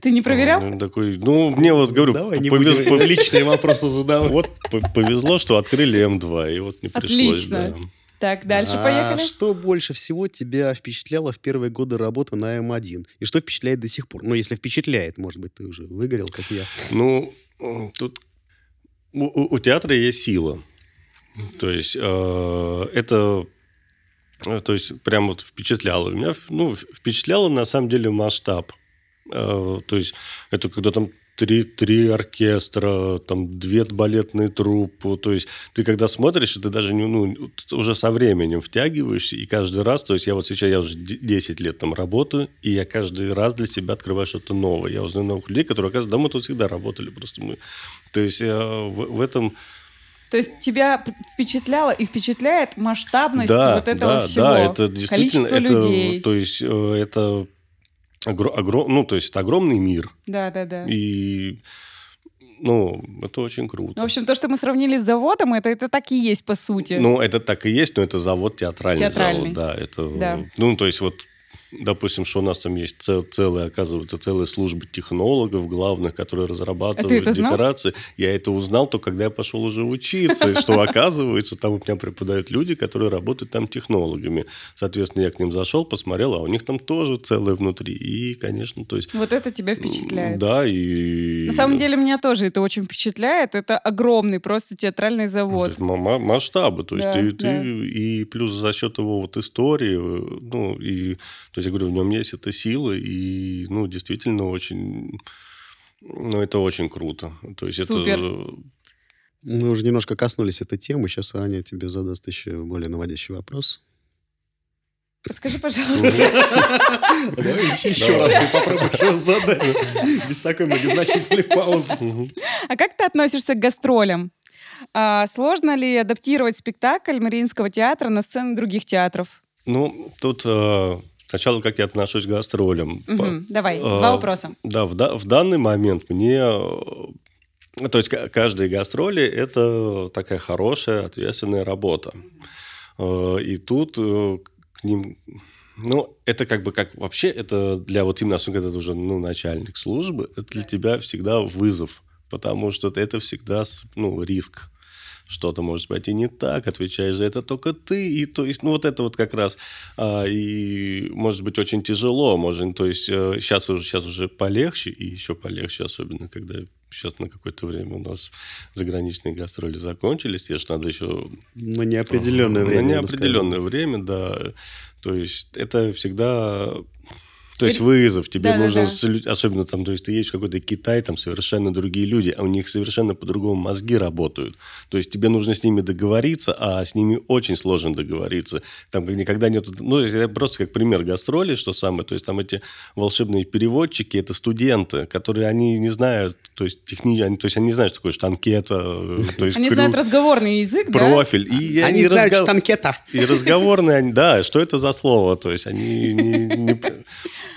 Speaker 2: Ты не проверял?
Speaker 4: э, Такой, ну, мне [LAUGHS] вот, говорю,
Speaker 3: Давай не
Speaker 4: повез-
Speaker 3: будем личные вопросы задавать.
Speaker 4: вот п- повезло, что открыли М2, и вот не пришлось.
Speaker 2: Отлично.
Speaker 4: да.
Speaker 2: Так, дальше
Speaker 3: А
Speaker 2: поехали.
Speaker 3: Что больше всего тебя впечатляло в первые годы работы на М1? И что впечатляет до сих пор? Ну, если впечатляет, может быть, ты уже выгорел, как я.
Speaker 4: Ну, м, тут у, у- у театра есть сила. То есть э, это, э, то есть прям вот впечатляло меня, в- ну в- впечатляло на самом деле масштаб. Э, то есть это когда там три, три оркестра, там две балетные труппы. То есть ты когда смотришь, ты даже не, ну, т- уже со временем втягиваешься, и каждый раз, то есть я вот сейчас, я уже де- 10 лет там работаю, и я каждый раз для себя открываю что-то новое. Я узнаю новых людей, которые, оказывается, да, мы тут всегда работали, просто мы... То есть э, в, в этом...
Speaker 2: То есть тебя п- впечатляло и впечатляет масштабность
Speaker 4: да,
Speaker 2: вот этого
Speaker 4: да,
Speaker 2: Ну, всего.
Speaker 4: да, это действительно...
Speaker 2: Количество
Speaker 4: это,
Speaker 2: людей.
Speaker 4: То есть э, это... огро- огро- ну, то есть это огромный мир,
Speaker 2: Да, да, да.
Speaker 4: и... Ну, это очень круто.
Speaker 2: Ну, в общем, то, что мы сравнили с заводом, это, это так и есть, по сути.
Speaker 4: Ну, это так и есть, но это завод театральный.
Speaker 2: Театральный.
Speaker 4: Завод, да, это,
Speaker 2: Да.
Speaker 4: ну, то есть вот, допустим, что у нас там есть цел- целая, оказывается, целая служба технологов главных, которые разрабатывают
Speaker 2: А это знал?
Speaker 4: декорации. Я это узнал только, когда я пошел уже учиться, и
Speaker 2: [LAUGHS]
Speaker 4: что оказывается, там у меня преподают люди, которые работают там технологами. Соответственно, я к ним зашел, посмотрел, а у них там тоже целое внутри. И, конечно, то есть...
Speaker 2: вот это тебя впечатляет.
Speaker 4: Да, и...
Speaker 2: На самом деле, меня тоже это очень впечатляет. Это огромный просто театральный
Speaker 4: Ну, То
Speaker 2: завод.
Speaker 4: есть ма- ма- масштабы, то есть
Speaker 2: Да,
Speaker 4: ты,
Speaker 2: да.
Speaker 4: ты- и плюс за счет его вот истории, э, ну и то есть я говорю, в нем есть эта сила и ну действительно очень, ну это очень круто, то есть
Speaker 2: Супер.
Speaker 4: это э,
Speaker 3: Мы уже немножко коснулись этой темы. Сейчас Аня тебе задаст еще более наводящий вопрос.
Speaker 2: Подскажи, пожалуйста.
Speaker 4: э,
Speaker 3: [LAUGHS] Еще раз ты попробуешь его задать. Без такой многозначительной паузы.
Speaker 2: А как ты относишься к гастролям? А, сложно ли адаптировать спектакль Мариинского театра на сцены других театров?
Speaker 4: ну тут э, сначала как я отношусь к гастролям, По-
Speaker 2: Мгм, Давай, два
Speaker 4: а,
Speaker 2: вопроса.
Speaker 4: Да, в, да- в данный момент мне... э, То есть ка- каждые гастроли – это такая хорошая, ответственная работа. Э, И тут э, к ним... Ну, это как бы как вообще, это для вот именно, особенно когда ты уже ну, начальник службы, это для тебя всегда вызов, потому что это всегда с- ну, риск. Что-то может пойти не так, отвечаешь за это только ты. И то есть, ну, вот это вот как раз а, и может быть очень тяжело, может, то есть сейчас уже сейчас уже полегче и еще полегче, особенно когда сейчас на какое-то время у нас заграничные гастроли закончились, я ж надо еще
Speaker 3: На неопределенное
Speaker 4: на
Speaker 3: время. я бы
Speaker 4: неопределенное время, да, то есть это всегда то есть
Speaker 2: Ри-
Speaker 4: вызов, тебе
Speaker 2: Да-да-да.
Speaker 4: нужно, с лю- особенно там, то есть ты едешь в какой-то Китай, там совершенно другие люди, а у них совершенно по-другому мозги работают. То есть тебе нужно с ними договориться, а с ними очень сложно договориться. Там как никогда нет... Ну, это просто как пример гастроли, что самое. То есть там эти волшебные переводчики, это студенты, которые они не знают, то есть техни... они, то есть они не знают, что такое штанкета, э, то есть
Speaker 2: Они
Speaker 4: крюк,
Speaker 2: знают разговорный язык, да?
Speaker 4: профиль. И
Speaker 3: сказал. Они
Speaker 4: они
Speaker 3: знают
Speaker 4: разгов-
Speaker 3: штанкета.
Speaker 4: и разговорные они, да, что это за слово? То есть они не... не-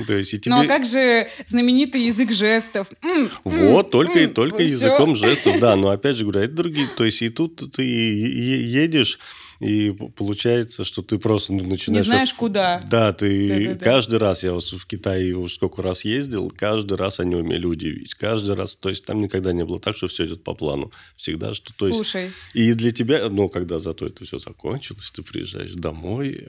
Speaker 4: то есть и тебе...
Speaker 2: Ну а как же знаменитый язык жестов? М, м,
Speaker 4: Вот, только и
Speaker 2: м,
Speaker 4: только
Speaker 2: всё.
Speaker 4: языком жестов, да. Но опять же говорю, а это другие. То есть и тут ты е- е- едешь, и п- получается, что ты просто ну,
Speaker 2: Не
Speaker 4: начинаешь...
Speaker 2: знаешь, куда.
Speaker 4: Да, ты
Speaker 2: Да-да-да.
Speaker 4: каждый раз, я вот в Китае уж сколько раз ездил, каждый раз они умели удивить. Каждый раз, то есть там никогда не было так, что все идет по плану. Всегда, что... То есть,
Speaker 2: Слушай,
Speaker 4: и для тебя, ну, когда зато это все закончилось, ты приезжаешь домой,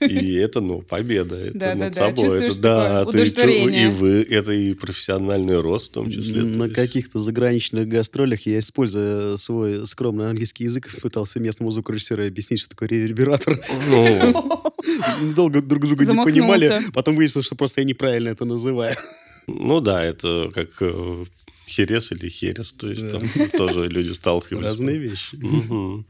Speaker 4: э, и это, ну, победа, это
Speaker 2: Да-да-да,
Speaker 4: над собой,
Speaker 2: чувствуешь
Speaker 4: это, да,
Speaker 2: такое
Speaker 4: ты чу- и
Speaker 2: удовлетворение.
Speaker 4: вы, это и профессиональный рост в том числе. то
Speaker 3: На
Speaker 4: есть.
Speaker 3: каких-то заграничных гастролях я, используя свой скромный английский язык, пытался местному звукорежиссеру объяснить, что такое ревербератор. [LAUGHS]
Speaker 4: Ну,
Speaker 3: Долго друг друга не
Speaker 2: Замахнулся.
Speaker 3: понимали. Потом выяснилось, что просто я неправильно это называю. [LAUGHS]
Speaker 4: ну да, это как э, херес или херес, то есть
Speaker 3: Да.
Speaker 4: там тоже люди сталкиваются.
Speaker 3: Разные вещи.
Speaker 4: Мгм.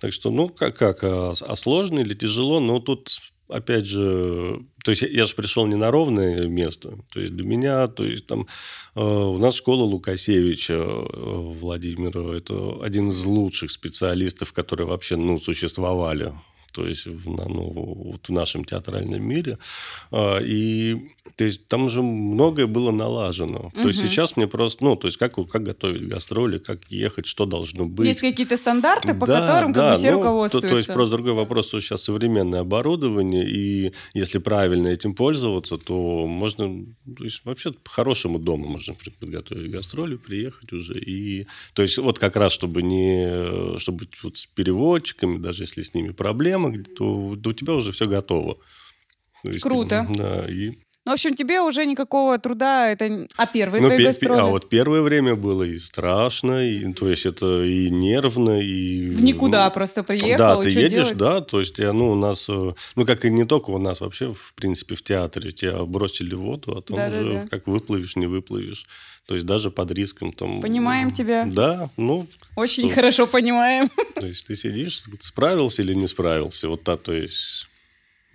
Speaker 4: Так что, ну, как, как а, с- а сложно или тяжело, но тут, опять же, то есть я, я же пришел не на ровное место, то есть для меня, то есть там э, у нас школа Лукасевича э, Владимира, это один из лучших специалистов, которые вообще, ну, существовали. то есть в, на- ну, вот в нашем театральном мире. А, И то есть, там же многое было налажено. То есть
Speaker 2: Мгм.
Speaker 4: сейчас мне просто, ну, то есть как, как готовить гастроли, как ехать, что должно быть.
Speaker 2: Есть какие-то стандарты, по
Speaker 4: Да,
Speaker 2: которым как
Speaker 4: да,
Speaker 2: бы все
Speaker 4: ну, то-
Speaker 2: руководствуются.
Speaker 4: То, есть просто другой вопрос, что сейчас современное оборудование, и если правильно этим пользоваться, то можно то есть, вообще по-хорошему дома можно при- подготовить гастроли, приехать уже. И, то есть вот как раз, чтобы не... э, Чтобы вот с переводчиками, даже если с ними проблемы, то, то у тебя уже все готово. То есть,
Speaker 2: Круто.
Speaker 4: Да, и
Speaker 2: Ну, в общем, тебе уже никакого труда это... н- А первые
Speaker 4: ну,
Speaker 2: твои
Speaker 4: пе- пе-
Speaker 2: гастроли?
Speaker 4: а вот первое время было и страшно, и, то есть это и нервно, и...
Speaker 2: В никуда
Speaker 4: ну,
Speaker 2: просто приехал,
Speaker 4: да,
Speaker 2: и
Speaker 4: ты
Speaker 2: чё
Speaker 4: едешь,
Speaker 2: делать?
Speaker 4: да, то есть, э, ну, у нас, э, ну, как и не только у нас, вообще, в принципе, в театре тебя бросили в воду, а там
Speaker 2: Да-да-да.
Speaker 4: уже как выплывешь, не выплывешь. То есть даже под риском там...
Speaker 2: Понимаем тебя.
Speaker 4: Да, ну,
Speaker 2: Очень
Speaker 4: что?
Speaker 2: хорошо понимаем. [LAUGHS]
Speaker 4: то есть ты сидишь, справился или не справился, вот так, то есть...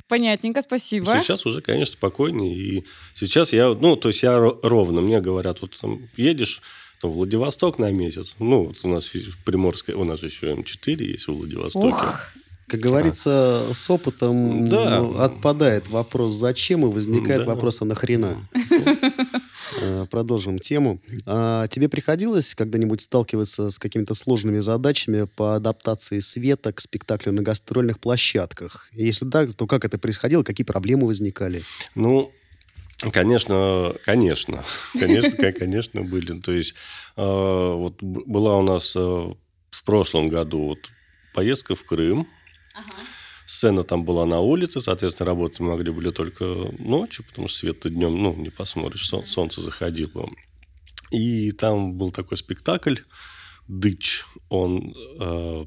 Speaker 2: Понятненько, спасибо.
Speaker 4: Сейчас уже, конечно, спокойнее. И сейчас я, ну, то есть я ро- ровно. Мне говорят, вот там едешь там, в Владивосток на месяц. Ну, вот у нас фи- в Приморской, у нас же еще М4 есть в Владивостоке.
Speaker 2: Ух,
Speaker 3: Как говорится, с опытом
Speaker 4: Типа. Да.
Speaker 3: ну, отпадает вопрос «зачем?» и возникает
Speaker 4: Да.
Speaker 3: вопрос «а
Speaker 4: [LAUGHS]
Speaker 3: нахрена?». Э, Продолжим тему. А, Тебе приходилось когда-нибудь сталкиваться с какими-то сложными задачами по адаптации света к спектаклю на гастрольных площадках? Если да, то как это происходило, какие проблемы возникали?
Speaker 4: Ну, конечно, конечно, [LAUGHS] конечно, ко- конечно были. То есть э, вот б- была у нас э, в прошлом году вот поездка в Крым. Сцена там была на улице, соответственно, работать мы могли были только ночью, потому что свет днем, ну, не посмотришь, сол- солнце заходило. И там был такой спектакль «Дыч». Он э,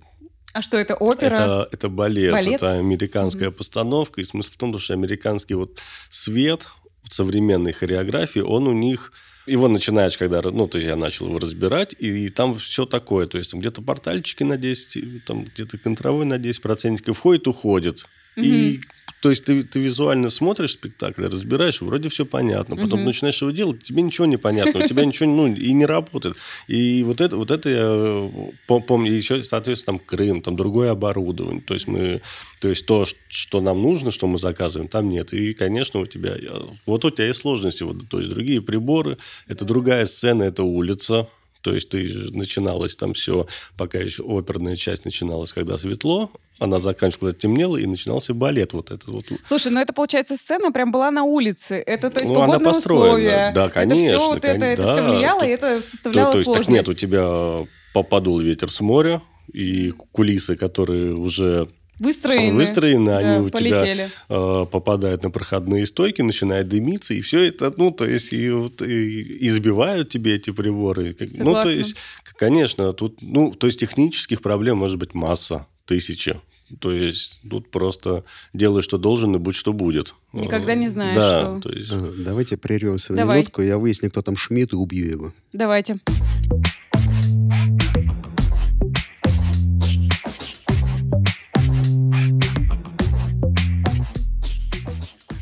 Speaker 2: а что это, опера?
Speaker 4: это, это балет,
Speaker 2: Балет?
Speaker 4: это американская постановка. И смысл в том, что американский вот свет в современной хореографии, он у них... Его начинаешь, когда... Ну, то есть я начал его разбирать, и, там все такое. То есть там где-то портальчики на 10, там где-то контровой на 10% входит, уходит. И то есть ты, ты визуально смотришь спектакль, разбираешь, вроде все понятно. Потом
Speaker 2: Мгм.
Speaker 4: начинаешь его делать, тебе ничего не понятно, у тебя ничего ну, и не работает. И вот это, вот это я э, по- помню. И еще, соответственно, там Крым, там другое оборудование. То есть мы, то есть то, ш- что нам нужно, что мы заказываем, там нет. И, конечно, у тебя э, вот у тебя есть сложности, вот, то есть другие приборы, это другая сцена, это улица. То есть ты же- начиналось там все, пока еще оперная часть начиналась, когда светло, она заканчивалась, когда темнело, и начинался балет вот этот вот.
Speaker 2: Слушай, ну это, получается, сцена прям была на улице. Это, то есть,
Speaker 4: Ну, она
Speaker 2: погодные
Speaker 4: построена.
Speaker 2: условия.
Speaker 4: Да,
Speaker 2: Это
Speaker 4: конечно,
Speaker 2: все вот это,
Speaker 4: кон-
Speaker 2: это все
Speaker 4: да,
Speaker 2: влияло,
Speaker 4: то-
Speaker 2: и это
Speaker 4: То,
Speaker 2: составляло
Speaker 4: то есть, так
Speaker 2: сложность.
Speaker 4: нет, у тебя э, попадал ветер с моря, и кулисы, которые уже
Speaker 2: Выстроены.
Speaker 4: выстроены,
Speaker 2: Да,
Speaker 4: они у
Speaker 2: полетели.
Speaker 4: тебя э, попадают на проходные стойки, начинает дымиться, и все это, ну, то есть, и, вот, и избивают тебе эти приборы. Как- Ну, то
Speaker 2: Согласна.
Speaker 4: есть, к- конечно, тут, ну, то есть, технических проблем может быть масса, тысячи. То есть, тут просто делай, что должен, и будь, что будет.
Speaker 2: Никогда не знаешь,
Speaker 4: да,
Speaker 2: что.
Speaker 4: то есть...
Speaker 3: Э, Давайте прервемся на
Speaker 2: Давай.
Speaker 3: минутку, я выясню, кто там шумит, и убью его.
Speaker 2: Давайте.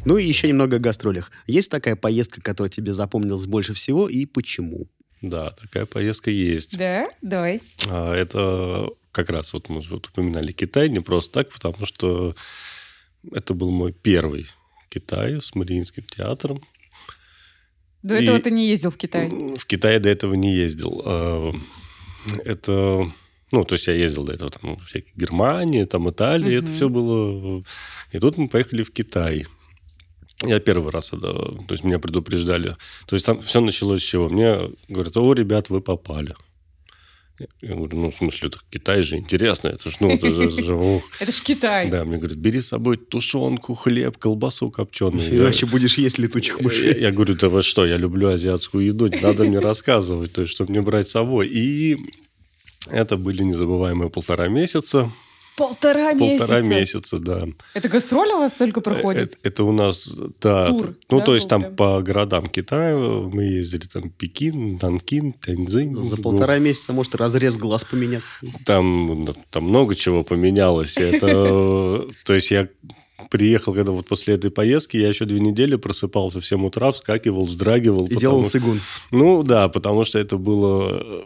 Speaker 3: Ну и еще немного о гастролях. Есть такая поездка, которая тебе запомнилась больше всего, и почему?
Speaker 4: Да, такая поездка есть.
Speaker 2: Да, давай.
Speaker 4: А, Это как раз вот мы же вот упоминали Китай не просто так, потому что это был мой первый Китай с Мариинским театром.
Speaker 2: До
Speaker 4: И-
Speaker 2: этого ты не ездил в Китай.
Speaker 4: М, В Китае до этого не ездил. А, Это, ну, то есть я ездил до этого там в всякие Германии, там Италии, это
Speaker 2: Мгм.
Speaker 4: все было. И тут мы поехали в Китай. Я первый раз, это, то есть меня предупреждали. То есть там все началось с чего? Мне говорят, о, ребят, вы попали. Я говорю, ну, в смысле, это Китай же, интересно, это ж, ну, это же,
Speaker 2: [LAUGHS]
Speaker 4: это же, ух».
Speaker 2: Это ж Китай.
Speaker 4: Да, мне говорят, бери с собой тушенку, хлеб, колбасу копченую. Я-
Speaker 3: Иначе будешь есть летучих мышей.
Speaker 4: я, я говорю, да вы что, я люблю азиатскую еду, не надо мне рассказывать, то есть, чтобы мне брать с собой. И это были незабываемые полтора месяца.
Speaker 2: Полтора,
Speaker 4: Полтора
Speaker 2: месяца.
Speaker 4: месяца, да. Э,
Speaker 2: Это гастроль у вас только проходит?
Speaker 4: Это, это у нас, да.
Speaker 2: Тур,
Speaker 4: ну,
Speaker 2: да,
Speaker 4: то есть
Speaker 2: был
Speaker 4: там
Speaker 2: прям?
Speaker 4: по городам Китая мы ездили, там Пекин, Танкин, Тяньцзинь.
Speaker 3: За
Speaker 4: Гу-
Speaker 3: полтора месяца может разрез глаз поменяться.
Speaker 4: там, ну, там много чего поменялось. Это,
Speaker 2: [LAUGHS]
Speaker 4: э, то есть я приехал, когда вот после этой поездки, я еще две недели просыпался в 7 утра, вскакивал, вздрагивал.
Speaker 3: И
Speaker 4: потому
Speaker 3: делал
Speaker 4: Ну что-
Speaker 3: цигун.
Speaker 4: Ну да, потому что это было, э,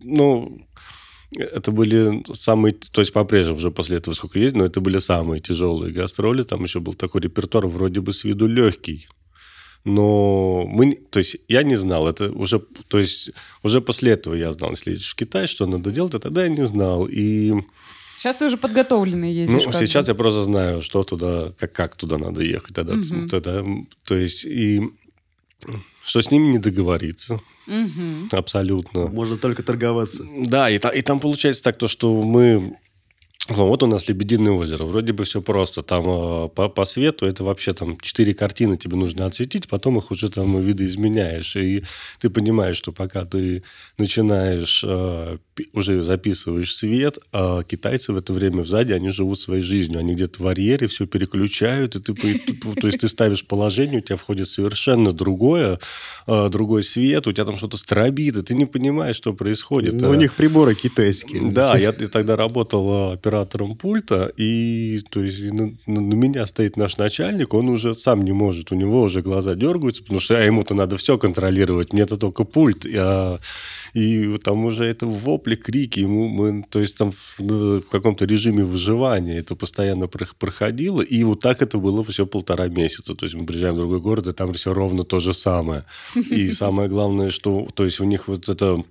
Speaker 4: ну, Это были самые, то есть по-прежнему уже после этого сколько есть, но это были самые тяжелые гастроли. Там еще был такой репертуар, вроде бы с виду легкий. Но мы, то есть я не знал, это уже, то есть уже после этого я знал, если едешь в Китай, что надо делать, а тогда я не знал. И
Speaker 2: Сейчас ты уже подготовленный
Speaker 4: ну,
Speaker 2: ездишь. как бы.
Speaker 4: сейчас я просто знаю, что туда, как, как туда надо ехать. Тогда,
Speaker 2: Мгм.
Speaker 4: тогда, м, то есть, и что с ними не договориться
Speaker 2: Мгм.
Speaker 4: абсолютно.
Speaker 3: Можно только торговаться.
Speaker 4: Да, и, та- и там получается так, то, что мы... ну, Вот у нас Лебединое озеро. Вроде бы все просто. Там э, по, по свету это вообще там четыре картины тебе нужно отсветить, потом их уже там видоизменяешь. И ты понимаешь, что пока ты начинаешь, э, пи- уже записываешь свет, а китайцы в это время сзади, они живут своей жизнью. Они где-то в барьере все переключают, и ты, по- то есть ты ставишь положение, у тебя входит совершенно другое, э, другой свет, у тебя там что-то стробит, и ты не понимаешь, что происходит.
Speaker 3: Ну, у
Speaker 4: А,
Speaker 3: них приборы китайские. [LAUGHS]
Speaker 4: да, я т- тогда работал э, оператором пульта, и то есть и на, на- на меня стоит наш начальник, он уже сам не может, у него уже глаза дергаются, потому что а ему-то надо все контролировать, мне-то только пульт, и, а, и там уже это вопли, крики, ему мы, то есть там в, э, в каком-то режиме выживания это постоянно прох- проходило, и вот так это было все полтора месяца, то есть мы приезжаем в другой город, и там все ровно то же самое, и самое главное, что, то есть у них вот это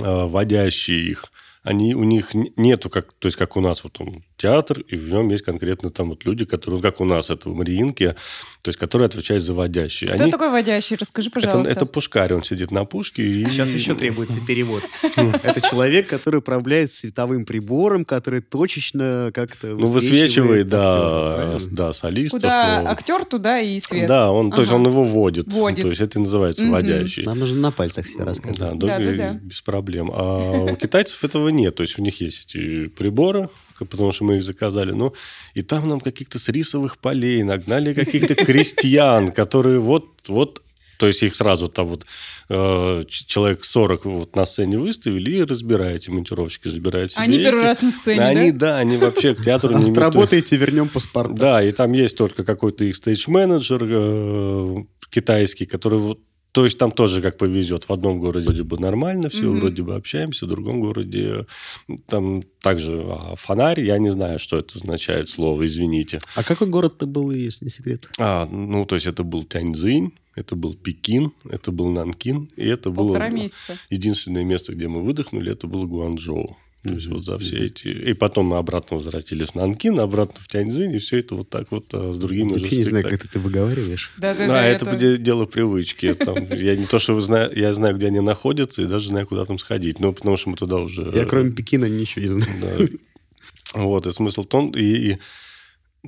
Speaker 4: э, водящие их, они, у них н- нету, как, то есть как у нас вот он, театр, и в нем есть конкретно там вот люди, которые, как у нас это в Мариинке, то есть которые отвечают за водящие.
Speaker 2: Кто
Speaker 4: Они-
Speaker 2: такой водящий? Расскажи,
Speaker 4: это,
Speaker 2: пожалуйста.
Speaker 4: это Пушкарь, он сидит на пушке и...
Speaker 3: Сейчас еще требуется перевод.
Speaker 4: Ну.
Speaker 3: Это человек, который управляет световым прибором, который точечно как-то
Speaker 4: Ну, высвечивает, да,
Speaker 3: актера, правильно?
Speaker 4: да, солистов.
Speaker 2: Куда
Speaker 4: ну,
Speaker 2: актер, туда и свет.
Speaker 4: Да, он, то есть
Speaker 2: Ага.
Speaker 4: он его водит. ну,
Speaker 2: Водит.
Speaker 4: То есть это и называется
Speaker 2: Мгм.
Speaker 4: водящий.
Speaker 3: Нам нужно на пальцах все рассказывать.
Speaker 4: Да,
Speaker 2: Да,
Speaker 4: да,
Speaker 2: да, да.
Speaker 4: без проблем. А у китайцев этого нет. То есть у них есть и приборы, к- потому что мы их заказали. Но и там нам каких-то с рисовых полей нагнали каких-то крестьян, которые вот, вот то есть их сразу там вот э, ч- человек 40 вот на сцене выставили и разбираете, монтировщики забирают себе
Speaker 2: Они первый
Speaker 4: эти.
Speaker 2: раз на сцене,
Speaker 4: Они,
Speaker 2: да?
Speaker 4: да, они вообще к
Speaker 3: А
Speaker 4: театру не имеют-
Speaker 3: Отработайте, вернем паспорт.
Speaker 4: да, и там есть только какой-то их стейдж-менеджер э, китайский, который... вот- То есть там тоже как повезет. В одном городе вроде бы нормально все,
Speaker 2: Мгм.
Speaker 4: вроде бы общаемся, в другом городе э, там также а, фонарь. Я не знаю, что это означает слово, извините.
Speaker 3: А какой город-то был, если не секрет?
Speaker 4: А, ну, то есть это был Тяньцзинь, это был Пекин, это был Нанкин, и это
Speaker 2: Полтора
Speaker 4: было...
Speaker 2: месяца.
Speaker 4: Единственное место, где мы выдохнули, это было Гуанчжоу. То есть
Speaker 3: Мгм.
Speaker 4: вот за все эти... И потом мы обратно возвратились в Нанкин, обратно в Тяньцзинь, и все это вот так вот а, с другими уже
Speaker 3: Вообще не знаю, как
Speaker 4: спектаклями.
Speaker 3: это ты выговариваешь.
Speaker 2: Да, да,
Speaker 4: Ну, а
Speaker 2: да.
Speaker 4: это
Speaker 2: это-
Speaker 4: будет дело привычки. Там, я не то, что вы зна- я знаю, где они находятся, и даже знаю, куда там сходить. Ну, потому что мы туда уже...
Speaker 3: Я кроме Пекина ничего не знаю.
Speaker 4: Да. Вот, и смысл в том... И, и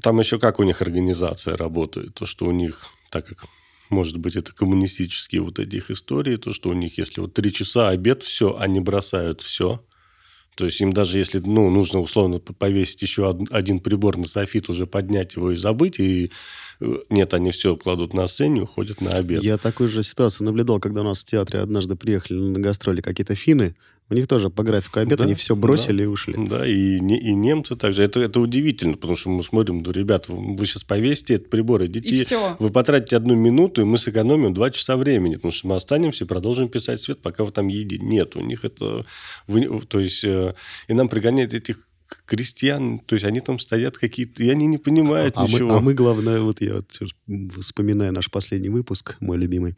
Speaker 4: там еще как у них организация работает. То, что у них, так как, может быть, это коммунистические вот эти их истории, то, что у них, если вот три часа обед, все, они бросают все. То есть им даже если, ну, нужно условно п- повесить еще од- один прибор на софит, уже поднять его и забыть, и э, нет, они все кладут на сцене, и уходят на обед.
Speaker 3: Я такую же ситуацию наблюдал, когда у нас в театре однажды приехали на гастроли какие-то финны. У них тоже по графику обеда
Speaker 4: Да,
Speaker 3: они все бросили и ушли.
Speaker 4: Да, и, не- и немцы также. Это, это удивительно, потому что мы смотрим, ну, ребят, вы, сейчас повесите этот прибор, идите.
Speaker 2: И
Speaker 4: [LAUGHS]
Speaker 2: всё.
Speaker 4: Вы потратите одну минуту, и мы сэкономим два часа времени, потому что мы останемся и продолжим писать свет, пока вы там едите. Нет, у них это... вы- то есть, э, и нам пригоняют этих к- крестьян, то есть они там стоят какие-то, и они не понимают
Speaker 3: А мы,
Speaker 4: ничего.
Speaker 3: а мы, главное, вот я вот сейчас вспоминаю наш последний выпуск, мой любимый,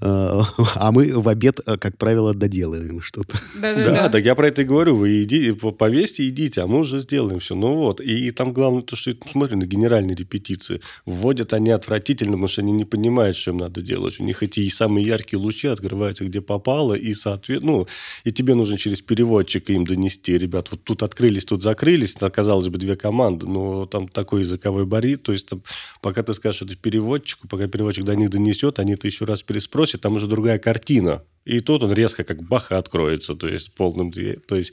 Speaker 3: а а мы в обед, а, как правило, доделываем что-то.
Speaker 2: Да, да,
Speaker 4: Да,
Speaker 2: да.
Speaker 4: так я про это и говорю. Вы иди, по- повесьте, идите, а мы уже сделаем все. Ну вот. И, и там главное то, что смотрим на генеральные репетиции. Вводят они отвратительно, потому что они не понимают, что им надо делать. У них эти и самые яркие лучи открываются, где попало, и соответственно... Ну, и тебе нужно через переводчика им донести, ребят, вот тут открылись, тут закрылись, да, казалось бы, две команды, но там такой языковой барит, то есть там, пока ты скажешь это переводчику, пока переводчик до них донесет, они это еще раз переспросят, там уже другая картина. И тут он резко как баха откроется, то есть полным... две- То есть,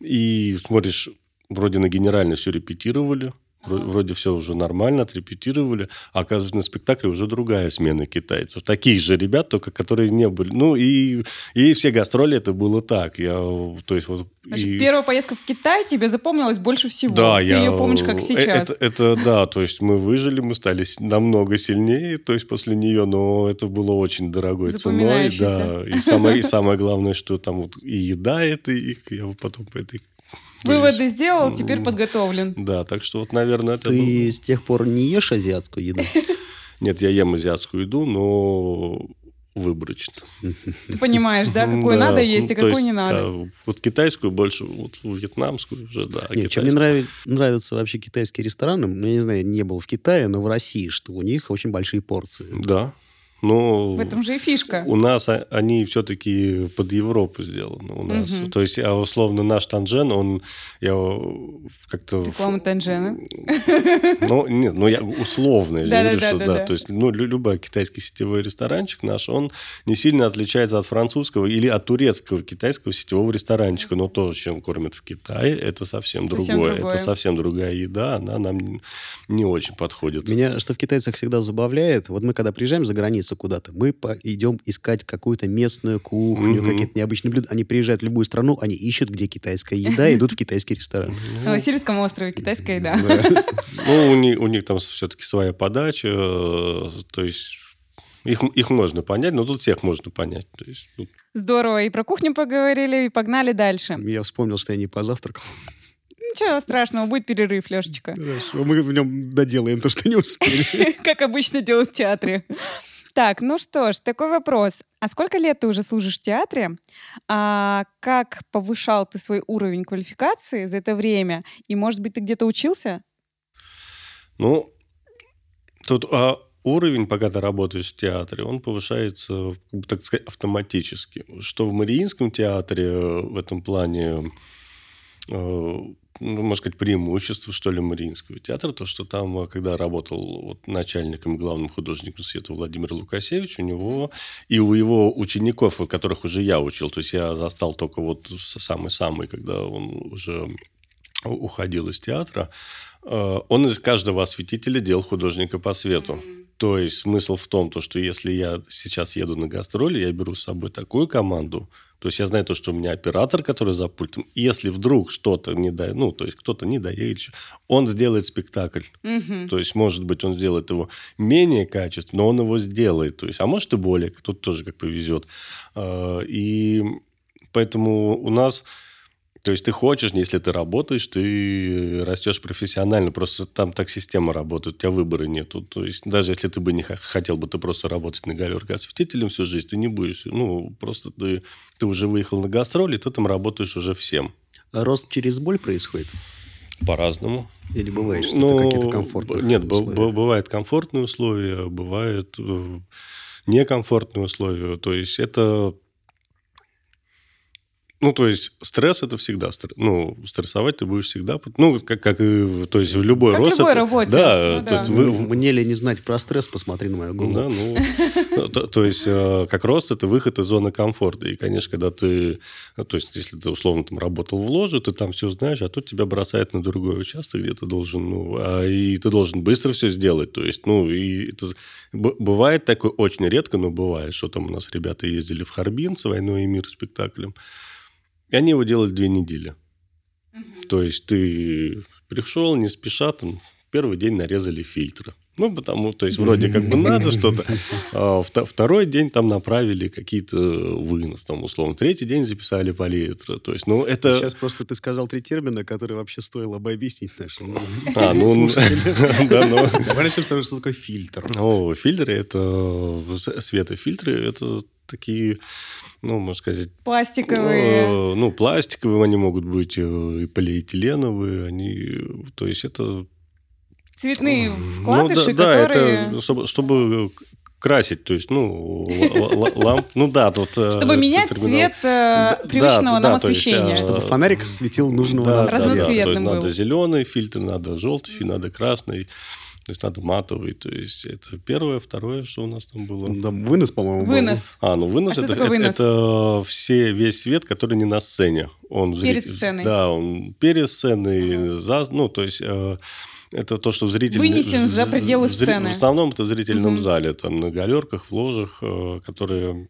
Speaker 4: и смотришь, вроде на генерально все репетировали, вро- вроде все уже нормально, отрепетировали, а оказывается, на спектакле уже другая смена китайцев. Таких же ребят, только которые не были. Ну, и, и все гастроли это было так. Я, э, то есть, вот
Speaker 2: Значит,
Speaker 4: И-
Speaker 2: первая поездка в Китай тебе запомнилась больше всего.
Speaker 4: Да,
Speaker 2: Ты
Speaker 4: я...
Speaker 2: ее помнишь
Speaker 4: э,
Speaker 2: как сейчас.
Speaker 4: Это, это да, то есть мы выжили, мы стали с- намного сильнее, то есть после нее, но это было очень дорогой ценой. Да,
Speaker 2: Запоминающейся. [LAUGHS]
Speaker 4: и самое, и самое главное, что там вот и еда это их, я потом по этой... то
Speaker 2: Выводы
Speaker 4: есть,
Speaker 2: сделал, теперь
Speaker 4: м,
Speaker 2: подготовлен.
Speaker 4: Да, так что вот, наверное, это... был-
Speaker 3: Ты с тех пор не ешь азиатскую еду?
Speaker 4: Нет, я ем азиатскую еду, но выборочно.
Speaker 2: Ты понимаешь, да, какую
Speaker 4: [LAUGHS] Да,
Speaker 2: надо есть, а
Speaker 4: ну, то
Speaker 2: какую
Speaker 4: есть,
Speaker 2: не надо.
Speaker 4: да, вот китайскую больше, вот вьетнамскую уже, да. а
Speaker 3: Нет, чем
Speaker 4: китайскую-
Speaker 3: мне нравится, нравятся вообще китайские рестораны, ну, я не знаю, не был в Китае, но в России, что у них очень большие порции.
Speaker 4: Да. Но
Speaker 2: В этом же и фишка.
Speaker 4: У нас а, они все-таки под Европу сделаны. У нас.
Speaker 2: Мгм.
Speaker 4: То есть, а, условно, наш танжен, он я о, как-то... в-
Speaker 2: Реклама Танжена.
Speaker 4: [LAUGHS] Ну, нет, ну я условно, я не говорю,
Speaker 2: Да-да-да-да-да.
Speaker 4: что да. То есть, ну, лю- любой китайский сетевой ресторанчик наш, он не сильно отличается от французского или от турецкого китайского сетевого ресторанчика. Но то, чем кормят в Китае, это совсем
Speaker 2: Совсем
Speaker 4: другое.
Speaker 2: другое.
Speaker 4: Это совсем другая еда, она нам не- не очень подходит.
Speaker 3: Меня что в китайцах всегда забавляет, вот мы когда приезжаем за границу куда-то, мы по- идем искать какую-то местную кухню,
Speaker 4: Мгм.
Speaker 3: какие-то необычные блюда. Они приезжают в любую страну, они ищут, где китайская еда, и идут в китайский ресторан.
Speaker 2: На Васильевском острове китайская еда.
Speaker 4: Ну, у них, у них там все-таки своя подача, э, то есть их, их можно понять, но тут всех можно понять. То есть, ну,
Speaker 2: [LAUGHS] Здорово, и про кухню поговорили, и погнали дальше.
Speaker 3: Я вспомнил, что я не позавтракал.
Speaker 2: Ничего страшного, будет перерыв, Лешечка.
Speaker 3: Хорошо, мы в нем доделаем то, что не успели.
Speaker 2: [LAUGHS] Как обычно делают в театре. Так, ну что ж, такой вопрос. А сколько лет ты уже служишь в театре? А как повышал ты свой уровень квалификации за это время? И, может быть, ты где-то учился?
Speaker 4: ну, тут а, уровень, пока ты работаешь в театре, он повышается, как бы, так сказать, автоматически. Что в Мариинском театре э, в этом плане, э, ну, можно сказать, преимущество, что ли, Мариинского театра, то, что там, э, когда работал вот, начальником и главным художником света Владимир Лукасевич, у него И у его учеников, у которых уже я учил, то есть я застал только вот с- самый-самый, когда он уже у- уходил из театра, э, он из каждого осветителя делал художника по свету. То есть смысл в том, то, что если я сейчас еду на гастроли, я беру с собой такую команду, то есть я знаю то, что у меня оператор, который за пультом, если вдруг что-то не да, ну, то есть кто-то не доедет, ещё, он сделает спектакль.
Speaker 2: Мгм.
Speaker 4: То есть, может быть, он сделает его менее качественно, но он его сделает. То есть, а может и более, тут тоже как повезет. Э, И поэтому у нас... То есть ты хочешь, если ты работаешь, ты растешь профессионально. Просто там так система работает, у тебя выбора нету. То есть даже если ты бы не х- хотел бы ты просто работать на галерке осветителем всю жизнь, ты не будешь. Ну, просто ты, ты уже выехал на гастроли, ты там работаешь уже всем.
Speaker 3: А Рост через боль происходит?
Speaker 4: По-разному.
Speaker 3: Или бывает, что
Speaker 4: Ну,
Speaker 3: это какие-то комфортные
Speaker 4: б- Нет, б-
Speaker 3: условия?
Speaker 4: б- бывают комфортные условия, бывают э, некомфортные условия. То есть это... Ну, то есть стресс это всегда стресс. Ну, стрессовать ты будешь всегда. Ну, как, как и в, то есть в любой
Speaker 2: Как в
Speaker 4: рост
Speaker 2: любой
Speaker 4: это-
Speaker 2: работе.
Speaker 4: Да,
Speaker 2: Ну
Speaker 4: то есть
Speaker 2: да.
Speaker 4: вы,
Speaker 3: Мне ли не знать про стресс, посмотри на мою голову.
Speaker 4: да, ну, [LAUGHS] то, то есть, э, как рост, это выход из зоны комфорта. И, конечно, когда ты, э, то есть, если ты, условно, там работал в ложе, ты там все знаешь, а тут тебя бросает на другой участок, где ты должен, ну, а, и ты должен быстро все сделать. То есть, ну, и это з- б- бывает такое очень редко, но бывает, что там у нас ребята ездили в Харбин с «Войной и мир» спектаклем, и они его делали две недели. То есть ты пришел не спеша, там, первый день нарезали фильтры. Ну, потому, то есть, вроде как бы надо что-то. А вто- второй день там направили какие-то э, вынос, там, условно. Третий день записали палитры. То есть, ну, это...
Speaker 3: Сейчас просто ты сказал три термина, которые вообще стоило бы объяснить нашим
Speaker 4: А, ну, [LAUGHS] да, ну,
Speaker 3: Давай начнем с того, что такое фильтр.
Speaker 4: О, фильтры это э, с- светофильтры, это такие, ну, можно сказать,
Speaker 2: Пластиковые.
Speaker 4: э, ну, пластиковые они могут быть, э, и полиэтиленовые, они, э, то есть это...
Speaker 2: Цветные
Speaker 4: ну,
Speaker 2: вкладыши,
Speaker 4: да, да,
Speaker 2: которые...
Speaker 4: это э, чтобы, чтобы к- красить, то есть, ну, л- л- л- ламп, ну да, тут... э,
Speaker 2: Чтобы менять
Speaker 4: терминал.
Speaker 2: цвет э,
Speaker 4: Да,
Speaker 2: привычного
Speaker 4: да, да,
Speaker 2: нам
Speaker 4: то есть,
Speaker 2: освещения.
Speaker 4: а,
Speaker 3: Чтобы фонарик светил нужного нам
Speaker 2: да,
Speaker 3: цвета.
Speaker 2: Разноцветный.
Speaker 4: то есть
Speaker 2: был.
Speaker 4: Надо зеленый фильтр, надо желтый, фильтр, надо красный, то есть надо матовый. То есть это первое. Второе, что у нас там было.
Speaker 3: Ну, там Вынос, по-моему, был.
Speaker 2: Вынос.
Speaker 4: А, ну
Speaker 2: А
Speaker 4: вынос,
Speaker 2: что
Speaker 4: это,
Speaker 2: такое
Speaker 4: это-
Speaker 2: вынос?
Speaker 4: это все, весь свет, который не на сцене. Он в
Speaker 2: Перед
Speaker 4: зрит-
Speaker 2: сценой.
Speaker 4: Да, он перед сценой, за, ну, то есть... э, это то, что в зрительном...
Speaker 2: Вынесен
Speaker 4: в-
Speaker 2: за
Speaker 4: в-
Speaker 2: пределы
Speaker 4: в зри-
Speaker 2: сцены.
Speaker 4: В основном это в зрительном
Speaker 2: Мгм.
Speaker 4: зале, там на галерках, в ложах, э, которые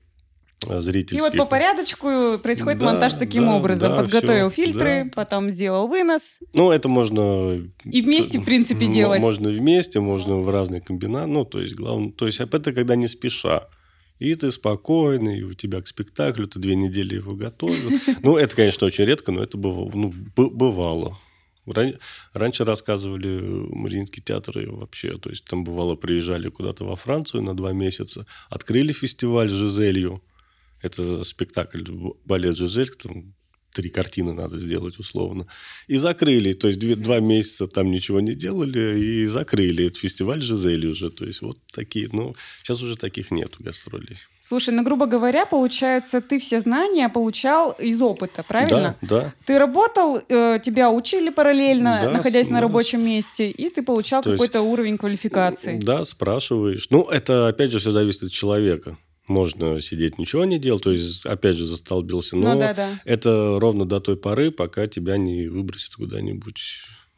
Speaker 4: э,
Speaker 2: И
Speaker 4: зрительских.
Speaker 2: вот по порядочку происходит
Speaker 4: Да,
Speaker 2: монтаж таким
Speaker 4: да,
Speaker 2: образом.
Speaker 4: да,
Speaker 2: Подготовил
Speaker 4: всё,
Speaker 2: фильтры,
Speaker 4: да.
Speaker 2: потом сделал вынос.
Speaker 4: Ну, это можно...
Speaker 2: И вместе, в принципе,
Speaker 4: М-
Speaker 2: делать.
Speaker 4: Можно вместе, можно в разные комбинации. Ну, то есть, главное... То есть, это когда не спеша. И ты спокойный, и у тебя к спектаклю, ты две недели его
Speaker 2: [LAUGHS]
Speaker 4: готовил. Ну, это, конечно, очень редко, но это бывало. Ну, бы- бывало. Ран- Раньше рассказывали э, Мариинский театр и вообще, то есть там бывало приезжали куда-то во Францию на два месяца, открыли фестиваль с Жизелью, это спектакль б- балет Жизель, там три картины надо сделать условно. И закрыли, то есть две- два месяца там ничего не делали, и закрыли. Это фестиваль Жизель уже, то есть вот такие. Ну, сейчас уже таких нету гастролей.
Speaker 2: Слушай, ну, грубо говоря, получается, ты все знания получал из опыта, правильно?
Speaker 4: Да, да.
Speaker 2: Ты работал, э, тебя учили параллельно,
Speaker 4: Да,
Speaker 2: находясь
Speaker 4: с-
Speaker 2: на
Speaker 4: да,
Speaker 2: рабочем месте, и ты получал
Speaker 4: То есть-
Speaker 2: какой-то уровень квалификации.
Speaker 4: Да, спрашиваешь. Ну, это, опять же, все зависит от человека. Можно сидеть, ничего не делать, то есть, опять же, застолбился. Но
Speaker 2: Ну да, да.
Speaker 4: это ровно до той поры, пока тебя не выбросят куда-нибудь,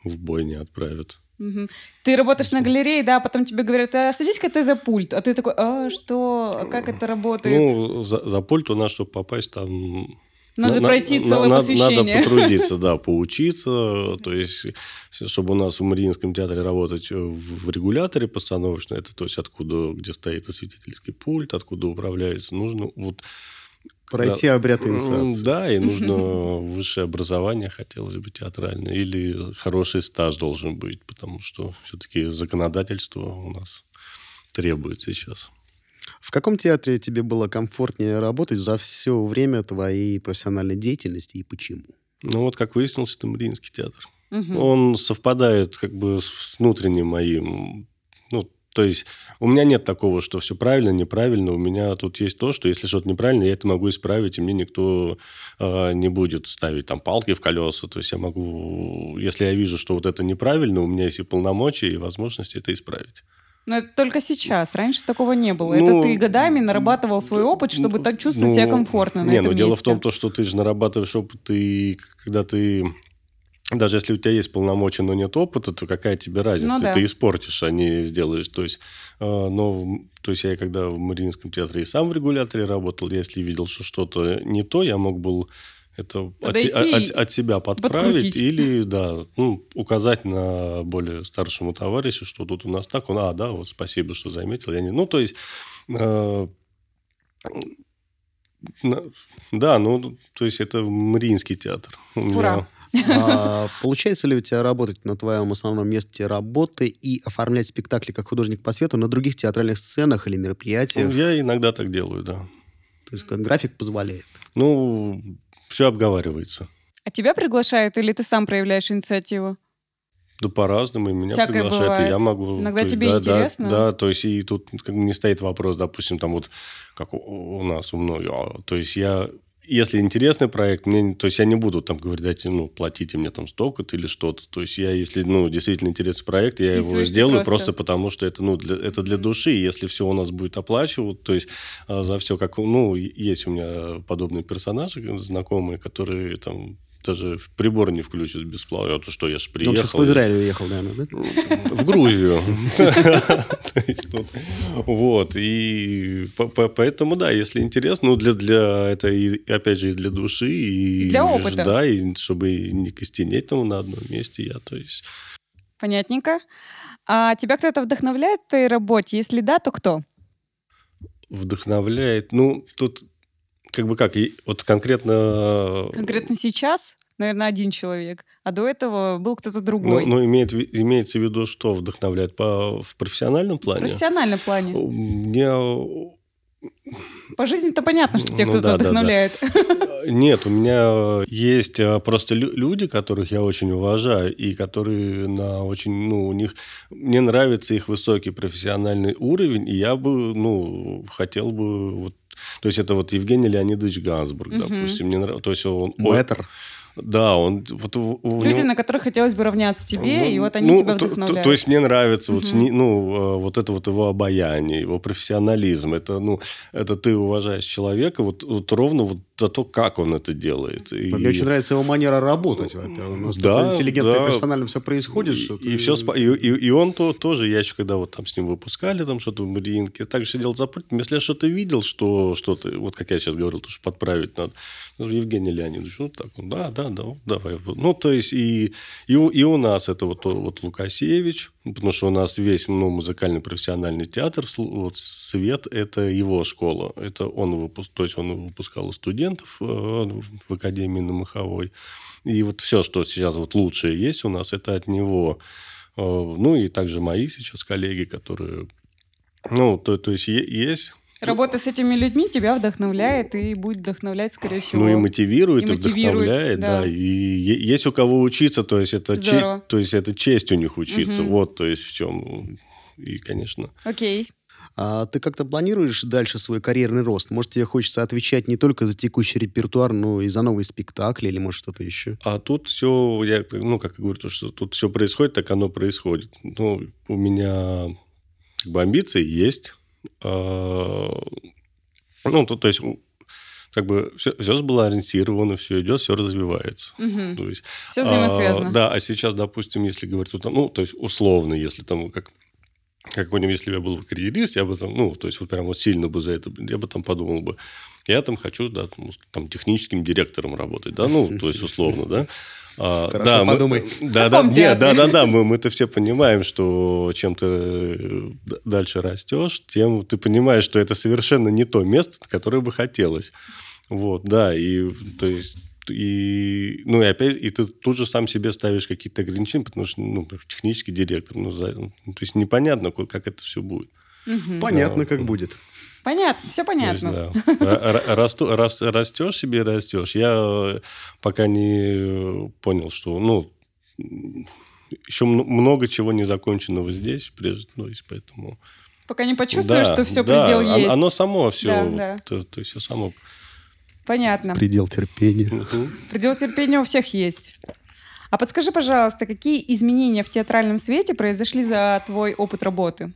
Speaker 4: в бой не отправят.
Speaker 2: Мгм. Ты работаешь на галерее, да, потом тебе говорят, а садись-ка ты за пульт. А ты такой, а что, А как это работает?
Speaker 4: Ну, за, за пульт у нас, чтобы попасть, там...
Speaker 2: Надо
Speaker 4: на- на-
Speaker 2: пройти
Speaker 4: на-
Speaker 2: целое
Speaker 4: на-
Speaker 2: посвящение. [LAUGHS]
Speaker 4: Надо потрудиться, да, поучиться. То есть, чтобы у нас в Мариинском театре работать в в регуляторе постановочно, это то есть откуда, где стоит осветительский пульт, откуда управляется, нужно вот
Speaker 1: Пройти обряд инициации.
Speaker 4: М, Да, и нужно
Speaker 2: [LAUGHS]
Speaker 4: высшее образование, хотелось бы театральное, или хороший стаж должен быть, потому что все-таки законодательство у нас требует сейчас.
Speaker 1: В каком театре тебе было комфортнее работать за все время твоей профессиональной деятельности и почему?
Speaker 4: Ну вот, как выяснилось, это Мариинский театр.
Speaker 2: Мгм.
Speaker 4: Он совпадает как бы с с внутренним моим. Ну, то есть у меня нет такого, что все правильно, неправильно. У меня тут есть то, что если что-то неправильно, я это могу исправить, и мне никто э, не будет ставить там палки в колеса. То есть я могу, если я вижу, что вот это неправильно, у меня есть и полномочия, и возможности это исправить.
Speaker 2: Но это только сейчас. Раньше такого не было.
Speaker 4: Ну,
Speaker 2: это ты годами нарабатывал свой опыт, чтобы
Speaker 4: Ну,
Speaker 2: так чувствовать
Speaker 4: ну,
Speaker 2: себя комфортно на
Speaker 4: Не,
Speaker 2: этом
Speaker 4: ну дело в
Speaker 2: месте.
Speaker 4: том, то, что ты же нарабатываешь опыт, и к- когда ты... Даже если у тебя есть полномочия, но нет опыта, то какая тебе разница?
Speaker 2: Ну да.
Speaker 4: Ты испортишь, а не сделаешь. То есть, э, но, в- то есть я когда в Мариинском театре и сам в регуляторе работал, я если видел, что что-то не то, я мог был это а, от
Speaker 2: Подойти
Speaker 4: се- от,
Speaker 2: и
Speaker 4: от себя подправить
Speaker 2: подкрутить.
Speaker 4: или да, ну, указать на более старшему товарищу, что тут у нас так, он, а, да, вот спасибо, что заметил, я не, ну то есть э, на- Да, ну, то есть это Мариинский театр. У меня-
Speaker 2: Ура.
Speaker 1: А Получается ли у тебя работать на твоем основном месте работы и оформлять спектакли как художник по свету на других театральных сценах или
Speaker 4: Ну,
Speaker 1: мероприятиях?
Speaker 4: Я иногда так делаю, да.
Speaker 1: То есть как график позволяет.
Speaker 4: Ну, все обговаривается.
Speaker 2: А тебя приглашают или ты сам проявляешь инициативу?
Speaker 4: Да по-разному, и меня
Speaker 2: Всякое
Speaker 4: приглашают, и я
Speaker 2: бывает.
Speaker 4: могу...
Speaker 2: Иногда
Speaker 4: то есть,
Speaker 2: тебе
Speaker 4: да, да,
Speaker 2: интересно.
Speaker 4: Да, то есть и тут как бы не стоит вопрос, допустим, там вот, как у, у нас, у многих. а, То есть я... Если интересный проект, мне, не- то есть я не буду там говорить, дайте, ну, платите мне там столько-то или что-то. То есть я, если, ну, действительно интересный проект, я его
Speaker 2: Вписываешься
Speaker 4: сделаю
Speaker 2: просто.
Speaker 4: просто потому, что это, ну, для, это для души. И Если все у нас будет оплачивать, то есть а, за все, как, ну, и- есть у меня подобные персонажи э, знакомые, которые там даже в прибор не включат бесплатно. А то что, я
Speaker 1: Он
Speaker 4: же
Speaker 3: Ну,
Speaker 4: приехал.
Speaker 1: сейчас в
Speaker 4: я ж
Speaker 1: Израиль уехал, наверное, да?
Speaker 4: в Грузию. [LAUGHS] То есть, ну, Вот. И по- по- поэтому, да, если интересно, ну, для, для это, и, опять же, и для души, и...
Speaker 2: И для опыта.
Speaker 4: Да, и чтобы и не костенеть там на одном месте я, то есть...
Speaker 2: Понятненько. А тебя кто-то вдохновляет в твоей работе? Если да, то кто?
Speaker 4: Вдохновляет. Ну, тут как бы как, и вот конкретно...
Speaker 2: Конкретно сейчас, наверное, один человек, а до этого был кто-то
Speaker 4: Но,
Speaker 2: другой.
Speaker 4: ну, имеет, ви- имеется в виду, что вдохновляет по, в профессиональном
Speaker 2: в
Speaker 4: плане?
Speaker 2: профессиональном плане.
Speaker 4: Мне
Speaker 2: По жизни-то понятно, что тебя
Speaker 4: Ну
Speaker 2: кто-то
Speaker 4: да, да, да.
Speaker 2: вдохновляет.
Speaker 4: Нет, у меня есть э, просто лю- люди, которых я очень уважаю, и которые на очень, ну, у них, мне нравится их высокий профессиональный уровень, и я бы, ну, хотел бы вот то есть это вот Евгений Леонидович Гансбург,
Speaker 2: Мгм.
Speaker 4: допустим, мне нравится. То есть он, он-
Speaker 1: Мэтр.
Speaker 4: да, он вот у- [LAUGHS] у
Speaker 2: Люди,
Speaker 4: него-
Speaker 2: на которых хотелось бы равняться тебе,
Speaker 4: ну,
Speaker 2: и вот они
Speaker 4: ну,
Speaker 2: тебя
Speaker 4: то- то-
Speaker 2: вдохновляют.
Speaker 4: То, есть мне нравится вот, с ни- ну, э, вот это вот его обаяние, его профессионализм. Это, ну, это ты уважаешь человека, вот, вот ровно вот за то, как он это делает. И-
Speaker 1: Мне очень нравится его манера работать, во-первых. У нас
Speaker 4: Да,
Speaker 1: такое интеллигентно
Speaker 4: да.
Speaker 1: и персонально все происходит.
Speaker 4: и,
Speaker 1: что
Speaker 4: и
Speaker 1: ты- э,
Speaker 4: все спа- Типа, и, и- и он то, тоже, я еще когда вот там с ним выпускали там что-то в Мариинке, так же сидел за пультом. Если я что-то видел, что что-то, вот как я сейчас говорил, то что подправить надо. Ну, Евгений Леонидович, ну так, ну, да, да, да, вот давай. вот. Ну, то есть и, и, у, и у нас это вот, вот Лукасевич, ну, потому что у нас весь ну, музыкальный профессиональный театр, сл- вот Свет, это его школа. Это он выпуск, то есть он выпускал студентов э, в в Академии на Маховой. И вот все, что сейчас вот лучшее есть у нас, это от него. Э, Ну и также мои сейчас коллеги, которые... Ну, то, то есть е- есть...
Speaker 2: Работа с этими людьми тебя вдохновляет и будет вдохновлять, скорее всего.
Speaker 4: Ну и мотивирует, и,
Speaker 2: И мотивирует,
Speaker 4: вдохновляет, да.
Speaker 2: да.
Speaker 4: И е- есть у кого учиться, то есть это,
Speaker 2: Здорово.
Speaker 4: честь, то есть это честь у них учиться.
Speaker 2: Мгм.
Speaker 4: Вот, то есть в чем... И, конечно...
Speaker 2: Окей.
Speaker 1: А ты как-то планируешь дальше свой карьерный рост? Может, тебе хочется отвечать не только за текущий репертуар, но и за новые спектакли или, может, что-то еще?
Speaker 4: А тут все, я, ну, как я говорю, то, что тут все происходит, так оно происходит. Ну, у меня как бы амбиции есть. А, Ну, то, то есть, у- как бы все, сбалансировано, все идет, все развивается.
Speaker 2: Мгм.
Speaker 4: То есть,
Speaker 2: Все взаимосвязано.
Speaker 4: а, да, а сейчас, допустим, если говорить, вот там, ну, то есть условно, если там как какой-нибудь, если бы я был бы карьерист, я бы там, ну, то есть вот прям вот сильно бы за это, я бы там подумал бы, я там хочу, да, там, ус- там техническим директором работать, да, ну, то есть условно, да. А,
Speaker 1: Хорошо,
Speaker 4: да, мы-
Speaker 1: подумай.
Speaker 4: да,
Speaker 2: В
Speaker 4: да,
Speaker 2: каком
Speaker 4: нет, да,
Speaker 2: театре?
Speaker 4: да, да, мы, мы-то все понимаем, что чем ты э, д- дальше растешь, тем ты понимаешь, что это совершенно не то место, которое бы хотелось. Вот, да, и то есть и, ну, и опять, и ты тут же сам себе ставишь какие-то ограничения, потому что, ну, технический директор, ну, за- ну, то есть непонятно, ку- как это все будет.
Speaker 2: Мгм.
Speaker 1: Понятно,
Speaker 4: Да.
Speaker 1: как будет.
Speaker 2: Понятно, все
Speaker 4: То есть,
Speaker 2: понятно. [LAUGHS]
Speaker 4: да. Р- р- расту- рас- Растешь себе, и растешь. Я э, пока не э, понял, что, ну, еще мн- много чего незаконченного здесь, прежде, ну, то есть поэтому...
Speaker 2: Пока не почувствуешь,
Speaker 4: Да,
Speaker 2: что все
Speaker 4: да,
Speaker 2: предел
Speaker 4: он-
Speaker 2: есть.
Speaker 4: Оно само все,
Speaker 2: Да, да.
Speaker 4: То, то есть всё само...
Speaker 2: Понятно.
Speaker 1: Предел терпения.
Speaker 4: Мгм.
Speaker 2: Предел терпения у всех есть. А подскажи, пожалуйста, какие изменения в театральном свете произошли за твой опыт работы?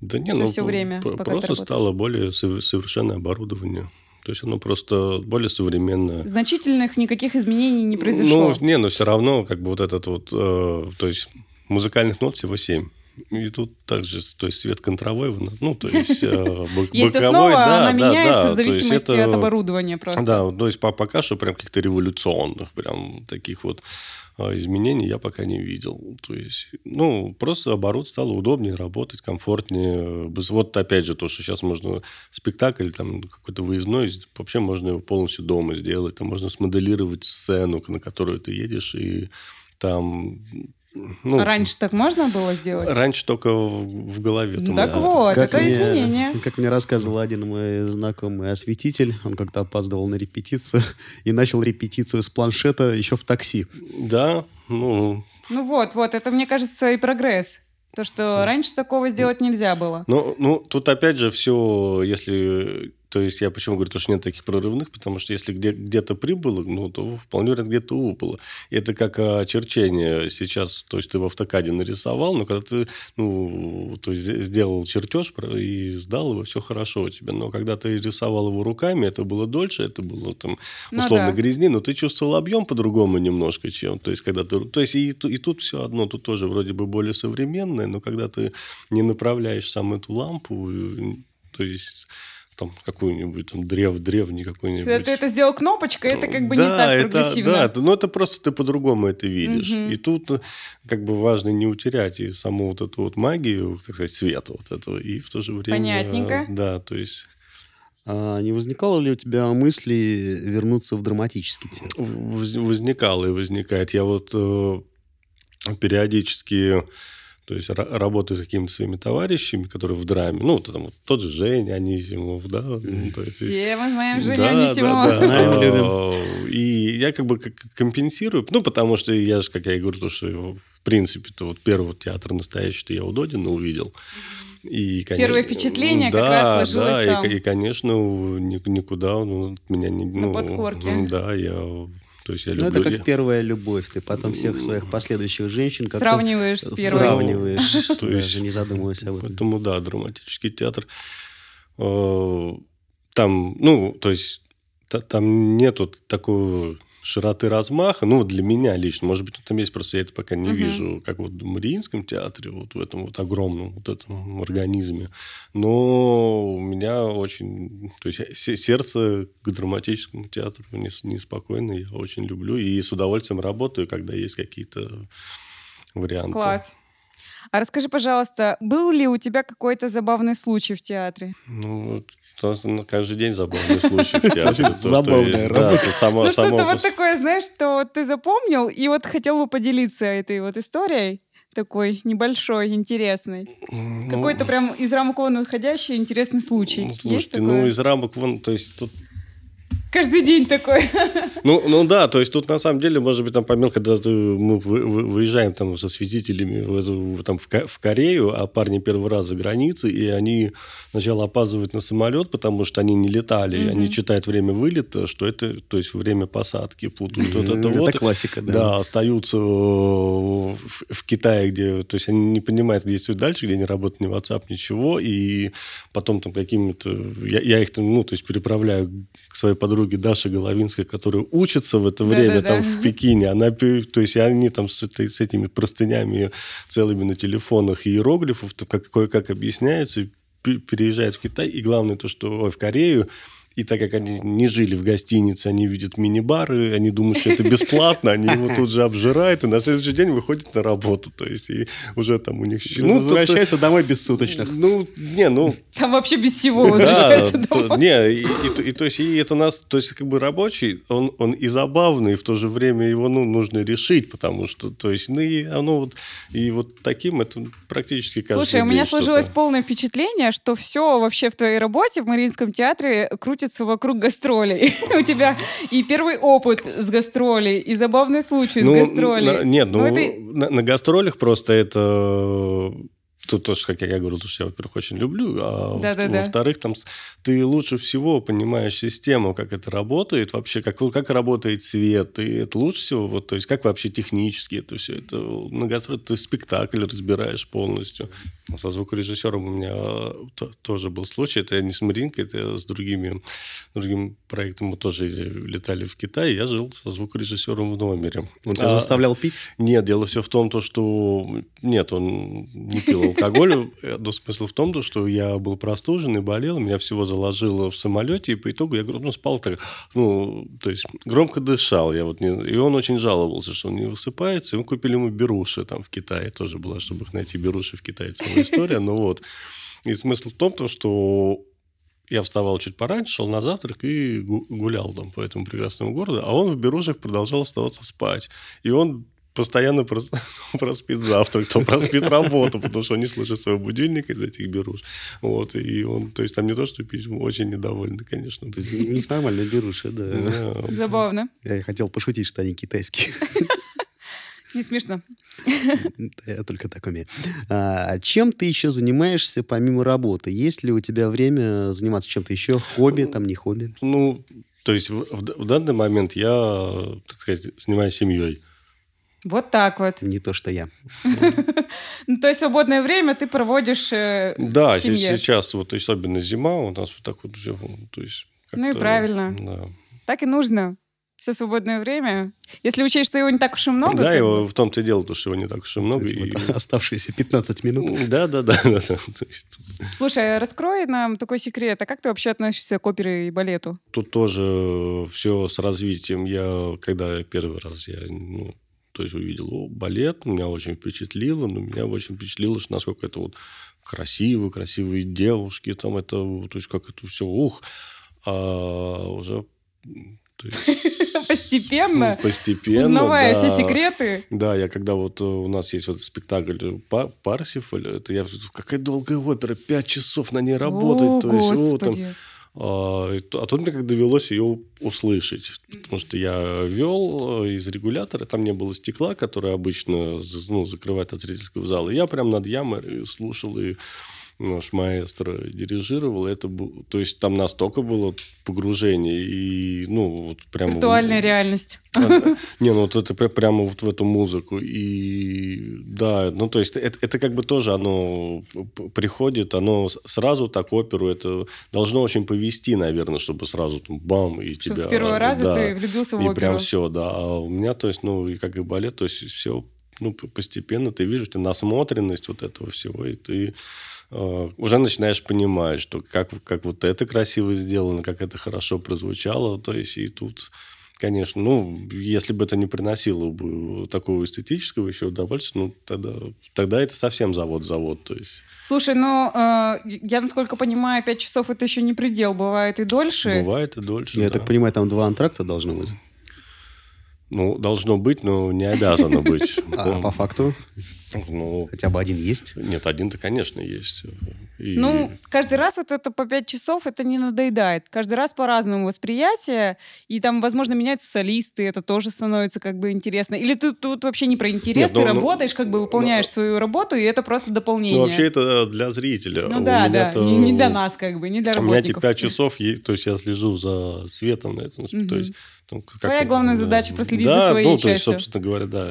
Speaker 4: Да не,
Speaker 2: То
Speaker 4: ну,
Speaker 2: есть всё время,
Speaker 4: про-
Speaker 2: пока ты
Speaker 4: просто
Speaker 2: работаешь?
Speaker 4: стало более сов- совершенное оборудование. То есть оно просто более современное.
Speaker 2: Значительных никаких изменений не произошло.
Speaker 4: Ну, не, но все равно, как бы вот этот вот, э, то есть музыкальных нот всего семь. И тут также, то есть свет контровой, в на- ну, то есть э, бок-
Speaker 2: есть
Speaker 4: боковой,
Speaker 2: основа,
Speaker 4: да,
Speaker 2: она
Speaker 4: да,
Speaker 2: меняется
Speaker 4: да,
Speaker 2: в
Speaker 4: то есть
Speaker 2: зависимости
Speaker 4: это-
Speaker 2: от оборудования просто.
Speaker 4: Да, вот, то есть по- пока что прям каких-то революционных, прям таких вот э, изменений я пока не видел. То есть, ну, просто оборот стало удобнее работать, комфортнее. Без- Вот опять же то, что сейчас можно спектакль там какой-то выездной, с- вообще можно его полностью дома сделать. Там можно смоделировать сцену, на которую ты едешь, и там... ну, э,
Speaker 2: А Раньше так можно было сделать?
Speaker 4: раньше только в, в голове. там,
Speaker 2: Так
Speaker 4: да.
Speaker 2: вот, это
Speaker 1: мне-
Speaker 2: изменение.
Speaker 1: Как мне рассказывал один мой знакомый осветитель, он как-то опаздывал на репетицию [LAUGHS] и начал репетицию с планшета еще в такси.
Speaker 4: Да, ну,
Speaker 2: Ну вот, вот, это, мне кажется, и прогресс. То, что раньше такого сделать нельзя было.
Speaker 4: Ну, ну, тут опять же все, если... То есть я почему говорю, то, что нет таких прорывных, потому что если где- где-то прибыло, ну, то вполне вероятно где-то убыло. И Это как а, черчение сейчас, то есть ты в автокаде нарисовал, но когда ты, ну, то есть сделал чертеж про- и сдал его, все хорошо у тебя. Но когда ты рисовал его руками, это было дольше, это было там
Speaker 2: Ну
Speaker 4: условно
Speaker 2: да.
Speaker 4: грязнее, но ты чувствовал объем по-другому немножко, чем, то есть когда ты, то есть и, ту- и тут все одно, тут тоже вроде бы более современное, но когда ты не направляешь сам эту лампу, э, то есть там какую-нибудь там древ древний какой-нибудь.
Speaker 2: Когда ты это сделал кнопочкой, это как бы не
Speaker 4: Да,
Speaker 2: так
Speaker 4: это-
Speaker 2: прогрессивно.
Speaker 4: да, это- ну это просто ты по-другому это видишь.
Speaker 2: Мгм.
Speaker 4: И тут э, как бы важно не утерять и саму вот эту вот магию, так сказать, света вот этого, и в то же время...
Speaker 2: Понятненько.
Speaker 4: Да, то есть...
Speaker 1: А не возникало ли у тебя мысли вернуться в драматический театр?
Speaker 4: воз- возникало и возникает. Я вот э, периодически то есть ра- работаю с какими-то своими товарищами, которые в драме, ну, вот там вот тот же Женя Анисимов, да, ну, то есть-
Speaker 2: Все мы знаем Женю
Speaker 4: Да, да,
Speaker 2: Анисимова.
Speaker 4: да.
Speaker 1: Знаем,
Speaker 4: А, И я как бы как- компенсирую, ну, потому что я же, как я и говорю, то, что в принципе, то вот первый театр настоящий-то я у Додина увидел. И, конечно,
Speaker 2: Первое впечатление как
Speaker 4: да,
Speaker 2: раз сложилось
Speaker 4: да, и
Speaker 2: там.
Speaker 4: ко- И, конечно, у- ни- никуда он от меня не...
Speaker 2: На подкорке.
Speaker 4: м, Да, я... То есть я
Speaker 1: Ну,
Speaker 4: люблю...
Speaker 1: это
Speaker 4: я-
Speaker 1: как первая любовь. Ты потом всех своих последующих женщин как-то
Speaker 2: Сравниваешь с первой.
Speaker 1: сравниваешь,
Speaker 4: [LAUGHS] То есть-
Speaker 1: даже не задумываясь об этом.
Speaker 4: Поэтому, да, драматический театр. э, Там, ну, то есть та- там нету такой широты размаха, ну, для меня лично, может быть, там есть, просто я это пока не
Speaker 2: Мгм.
Speaker 4: вижу, как вот в Мариинском театре, вот в этом вот огромном вот этом организме, но у меня очень, то есть се- сердце к драматическому театру нес- неспокойно, я очень люблю и с удовольствием работаю, когда есть какие-то варианты.
Speaker 2: Класс. А расскажи, пожалуйста, был ли у тебя какой-то забавный случай в театре?
Speaker 4: Ну, вот у нас на каждый день забавный
Speaker 3: [LAUGHS]
Speaker 4: случай в театре.
Speaker 3: Очень
Speaker 4: То- то есть,
Speaker 3: забавная
Speaker 4: да,
Speaker 3: работа.
Speaker 4: то само-
Speaker 2: ну, что-то
Speaker 4: само
Speaker 2: вот
Speaker 4: пос-
Speaker 2: такое, знаешь, что ты запомнил, и вот хотел бы поделиться этой вот историей такой небольшой, интересной.
Speaker 4: Ну,
Speaker 2: Какой-то прям из рамок вон выходящий интересный случай.
Speaker 4: ну,
Speaker 2: Есть
Speaker 4: Слушайте,
Speaker 2: такое?
Speaker 4: ну из рамок вон, то есть тут
Speaker 2: Каждый день такой. [LAUGHS]
Speaker 4: Ну, ну да, то есть тут на самом деле, может быть, там помимо, когда ты- мы вы- вы- выезжаем там со свидетелями в, эту- в- там, в, Ко- в Корею, а парни первый раз за границей, и они сначала опаздывают на самолет, потому что они не летали, и они читают время вылета, что это, то есть время посадки путают. Вот это
Speaker 3: Это
Speaker 4: вот.
Speaker 3: классика, да.
Speaker 4: Да, остаются э, в, в Китае, где, то есть они не понимают, где действует дальше, где не работает ни WhatsApp, ничего, и потом там какими-то, я, я их там, ну, то есть переправляю к своей подруге Даше Головинской, которая учится в это время
Speaker 2: Да-да-да.
Speaker 4: там в Пекине, она, пе- то есть и они там с, этой- с этими простынями целыми на телефонах иероглифов, то как, кое-как объясняются, пе- переезжают в Китай, и главное то, что ой, в Корею, и так как они не жили в гостинице, они видят мини-бары, они думают, что это бесплатно, они его тут же обжирают, и на следующий день выходят на работу. То есть, и уже там у них... щи-
Speaker 3: Ну,
Speaker 4: тут-
Speaker 3: возвращается домой без суточных.
Speaker 4: [LAUGHS] Ну, не, ну,
Speaker 2: Там вообще без всего
Speaker 4: да,
Speaker 2: возвращается
Speaker 4: то-
Speaker 2: домой.
Speaker 4: не, и, и то- и то есть и это нас, то есть как бы рабочий, он, он и забавный, и в то же время его ну, нужно решить, потому что, то есть, ну и оно вот, и вот таким это практически каждый
Speaker 2: Слушай, у меня
Speaker 4: день что-то.
Speaker 2: сложилось полное впечатление, что все вообще в твоей работе в Мариинском театре крутится вокруг гастролей. [LAUGHS] У тебя и первый опыт с гастролей, и забавный случай с
Speaker 4: Ну,
Speaker 2: гастролей.
Speaker 4: на- нет, ну,
Speaker 2: Но это-
Speaker 4: на, на гастролях просто это... Тут тоже, как я, я говорил, то, что я, во-первых, очень люблю, а во-
Speaker 2: Да-да-да.
Speaker 4: во-вторых, там с- ты лучше всего понимаешь систему, как это работает вообще, как, как работает свет, и это лучше всего, вот, то есть как вообще технически это все, это на гастролях ты спектакль разбираешь полностью. Ну, Со звукорежиссером у меня э, то- тоже был случай, это не с Маринкой, это я с другими, другим проектом, мы тоже летали в Китай, я жил со звукорежиссером в номере.
Speaker 3: Он тебя
Speaker 4: А,
Speaker 3: Ну, заставлял пить?
Speaker 4: нет, дело все в том, то, что... Нет, он не пил алкоголь. Э, Но смысл в том, то, что я был простужен и болел, меня всего заложило в самолете, и по итогу я ну, спал так, ну, то есть громко дышал. Я вот не... И он очень жаловался, что он не высыпается. И мы купили ему беруши там в Китае. Тоже была, чтобы их найти беруши в Китае, целая история. Но вот. И смысл в том, то, что я вставал чуть пораньше, шел на завтрак и гу- гулял там по этому прекрасному городу, а он в берушах продолжал оставаться спать. И он постоянно прос- [LAUGHS] то проспит завтрак, то проспит работу, потому что он не слышит своего будильника из этих беруш. Вот, и он, то есть там не то, что пить, он очень недовольный, конечно. э,
Speaker 3: То
Speaker 4: [LAUGHS]
Speaker 3: есть у них нормально беруши, да.
Speaker 4: Ну Да.
Speaker 2: Забавно.
Speaker 3: Я хотел пошутить, что они китайские. [LAUGHS]
Speaker 2: Не смешно.
Speaker 3: Да, Я только так умею. А, Чем ты еще занимаешься помимо работы? Есть ли у тебя время заниматься чем-то еще? Хобби, там не хобби?
Speaker 4: Ну, то есть в, в д- в данный момент я, так сказать, занимаюсь семьей.
Speaker 2: Вот так вот.
Speaker 3: Не то, что я.
Speaker 2: Ну, то есть свободное время ты проводишь э,
Speaker 4: Да,
Speaker 2: в
Speaker 4: се-
Speaker 2: семье.
Speaker 4: сейчас вот особенно зима, у нас вот так вот же, то есть...
Speaker 2: Ну и
Speaker 4: как-то,
Speaker 2: правильно.
Speaker 4: Да.
Speaker 2: Так и нужно. Все свободное время. Если учесть, что его не так уж и много.
Speaker 4: Да,
Speaker 2: как
Speaker 4: его
Speaker 2: бы.
Speaker 4: в том-то и дело, то, что его не так уж и много.
Speaker 3: Эти
Speaker 4: Ну, и-
Speaker 3: вот [LAUGHS] Оставшиеся 15 минут.
Speaker 4: Да, да, да, да, да. То есть
Speaker 2: Слушай, а раскрой нам такой секрет. А как ты вообще относишься к опере и балету?
Speaker 4: Тут тоже все с развитием. Я, когда я первый раз я, ну, то есть увидел о, балет, меня очень впечатлило, но меня очень впечатлило, что насколько это вот красиво, красивые девушки, там это, то есть как это все, ух, а уже... м, то есть,
Speaker 2: [LAUGHS] Постепенно,
Speaker 4: ну, Постепенно,
Speaker 2: Узнавая все
Speaker 4: да.
Speaker 2: секреты.
Speaker 4: Да, я когда вот э, у нас есть вот спектакль э, Па- Парсифаль, это я в- какая долгая опера, пять часов на ней работать,
Speaker 2: О,
Speaker 4: то есть, о, там,
Speaker 2: Господи.
Speaker 4: а, и то- а тут мне как довелось ее у- услышать, потому что я вел э, из регулятора, там не было стекла, которое обычно за- ну, закрывает от зрительского зала. И я прям над ямой слушал и наш маэстро дирижировал, это бу- то есть там настолько было погружение и ну вот прямо
Speaker 2: Виртуальная реальность.
Speaker 4: Ага. Не, ну вот это пря- прямо вот в эту музыку. И да, ну то есть это, это как бы тоже оно п- приходит, оно с- сразу так оперу, это должно очень повести, наверное, чтобы сразу там бам и тебя...
Speaker 2: Чтобы с первого раза
Speaker 4: да.
Speaker 2: ты влюбился в
Speaker 4: И
Speaker 2: оперу.
Speaker 4: прям все, да. А у меня, то есть, ну и как и балет, то есть все ну, п- постепенно ты видишь, ты насмотренность вот этого всего, и ты э, уже начинаешь понимать, что как, как вот это красиво сделано, как это хорошо прозвучало, то есть и тут, конечно, ну, если бы это не приносило бы такого эстетического еще удовольствия, ну, тогда, тогда это совсем завод-завод, то есть
Speaker 2: Слушай, ну, э, я, насколько понимаю, пять часов это еще не предел, бывает и дольше.
Speaker 4: бывает и дольше.
Speaker 1: Я
Speaker 4: Ну, да.
Speaker 1: так понимаю, там два антракта должно быть.
Speaker 4: Ну, должно быть, но не обязано быть.
Speaker 1: [LAUGHS] А по факту
Speaker 4: Ну,
Speaker 1: хотя бы один есть.
Speaker 4: Нет, один-то, конечно, есть. И-
Speaker 2: Ну, каждый раз вот это по пять часов, это не надоедает. Каждый раз по-разному восприятие, и там, возможно, меняются солисты, это тоже становится как бы интересно. Или ты тут вообще не про интерес,
Speaker 4: Нет,
Speaker 2: ты
Speaker 4: ну, ну,
Speaker 2: работаешь, как бы выполняешь
Speaker 4: ну,
Speaker 2: свою работу, и это просто дополнение.
Speaker 4: Ну, вообще это для зрителя.
Speaker 2: Ну
Speaker 4: У
Speaker 2: да, да,
Speaker 4: меня-то-
Speaker 2: не, не для нас как бы, не для
Speaker 4: У меня эти
Speaker 2: работников.
Speaker 4: пять часов, е- то есть я слежу за светом на этом.
Speaker 2: Мгм.
Speaker 4: То есть, там, как- э,
Speaker 2: Твоя главная задача проследить
Speaker 4: да,
Speaker 2: за своей
Speaker 4: ну, то есть,
Speaker 2: частью.
Speaker 4: собственно говоря, да.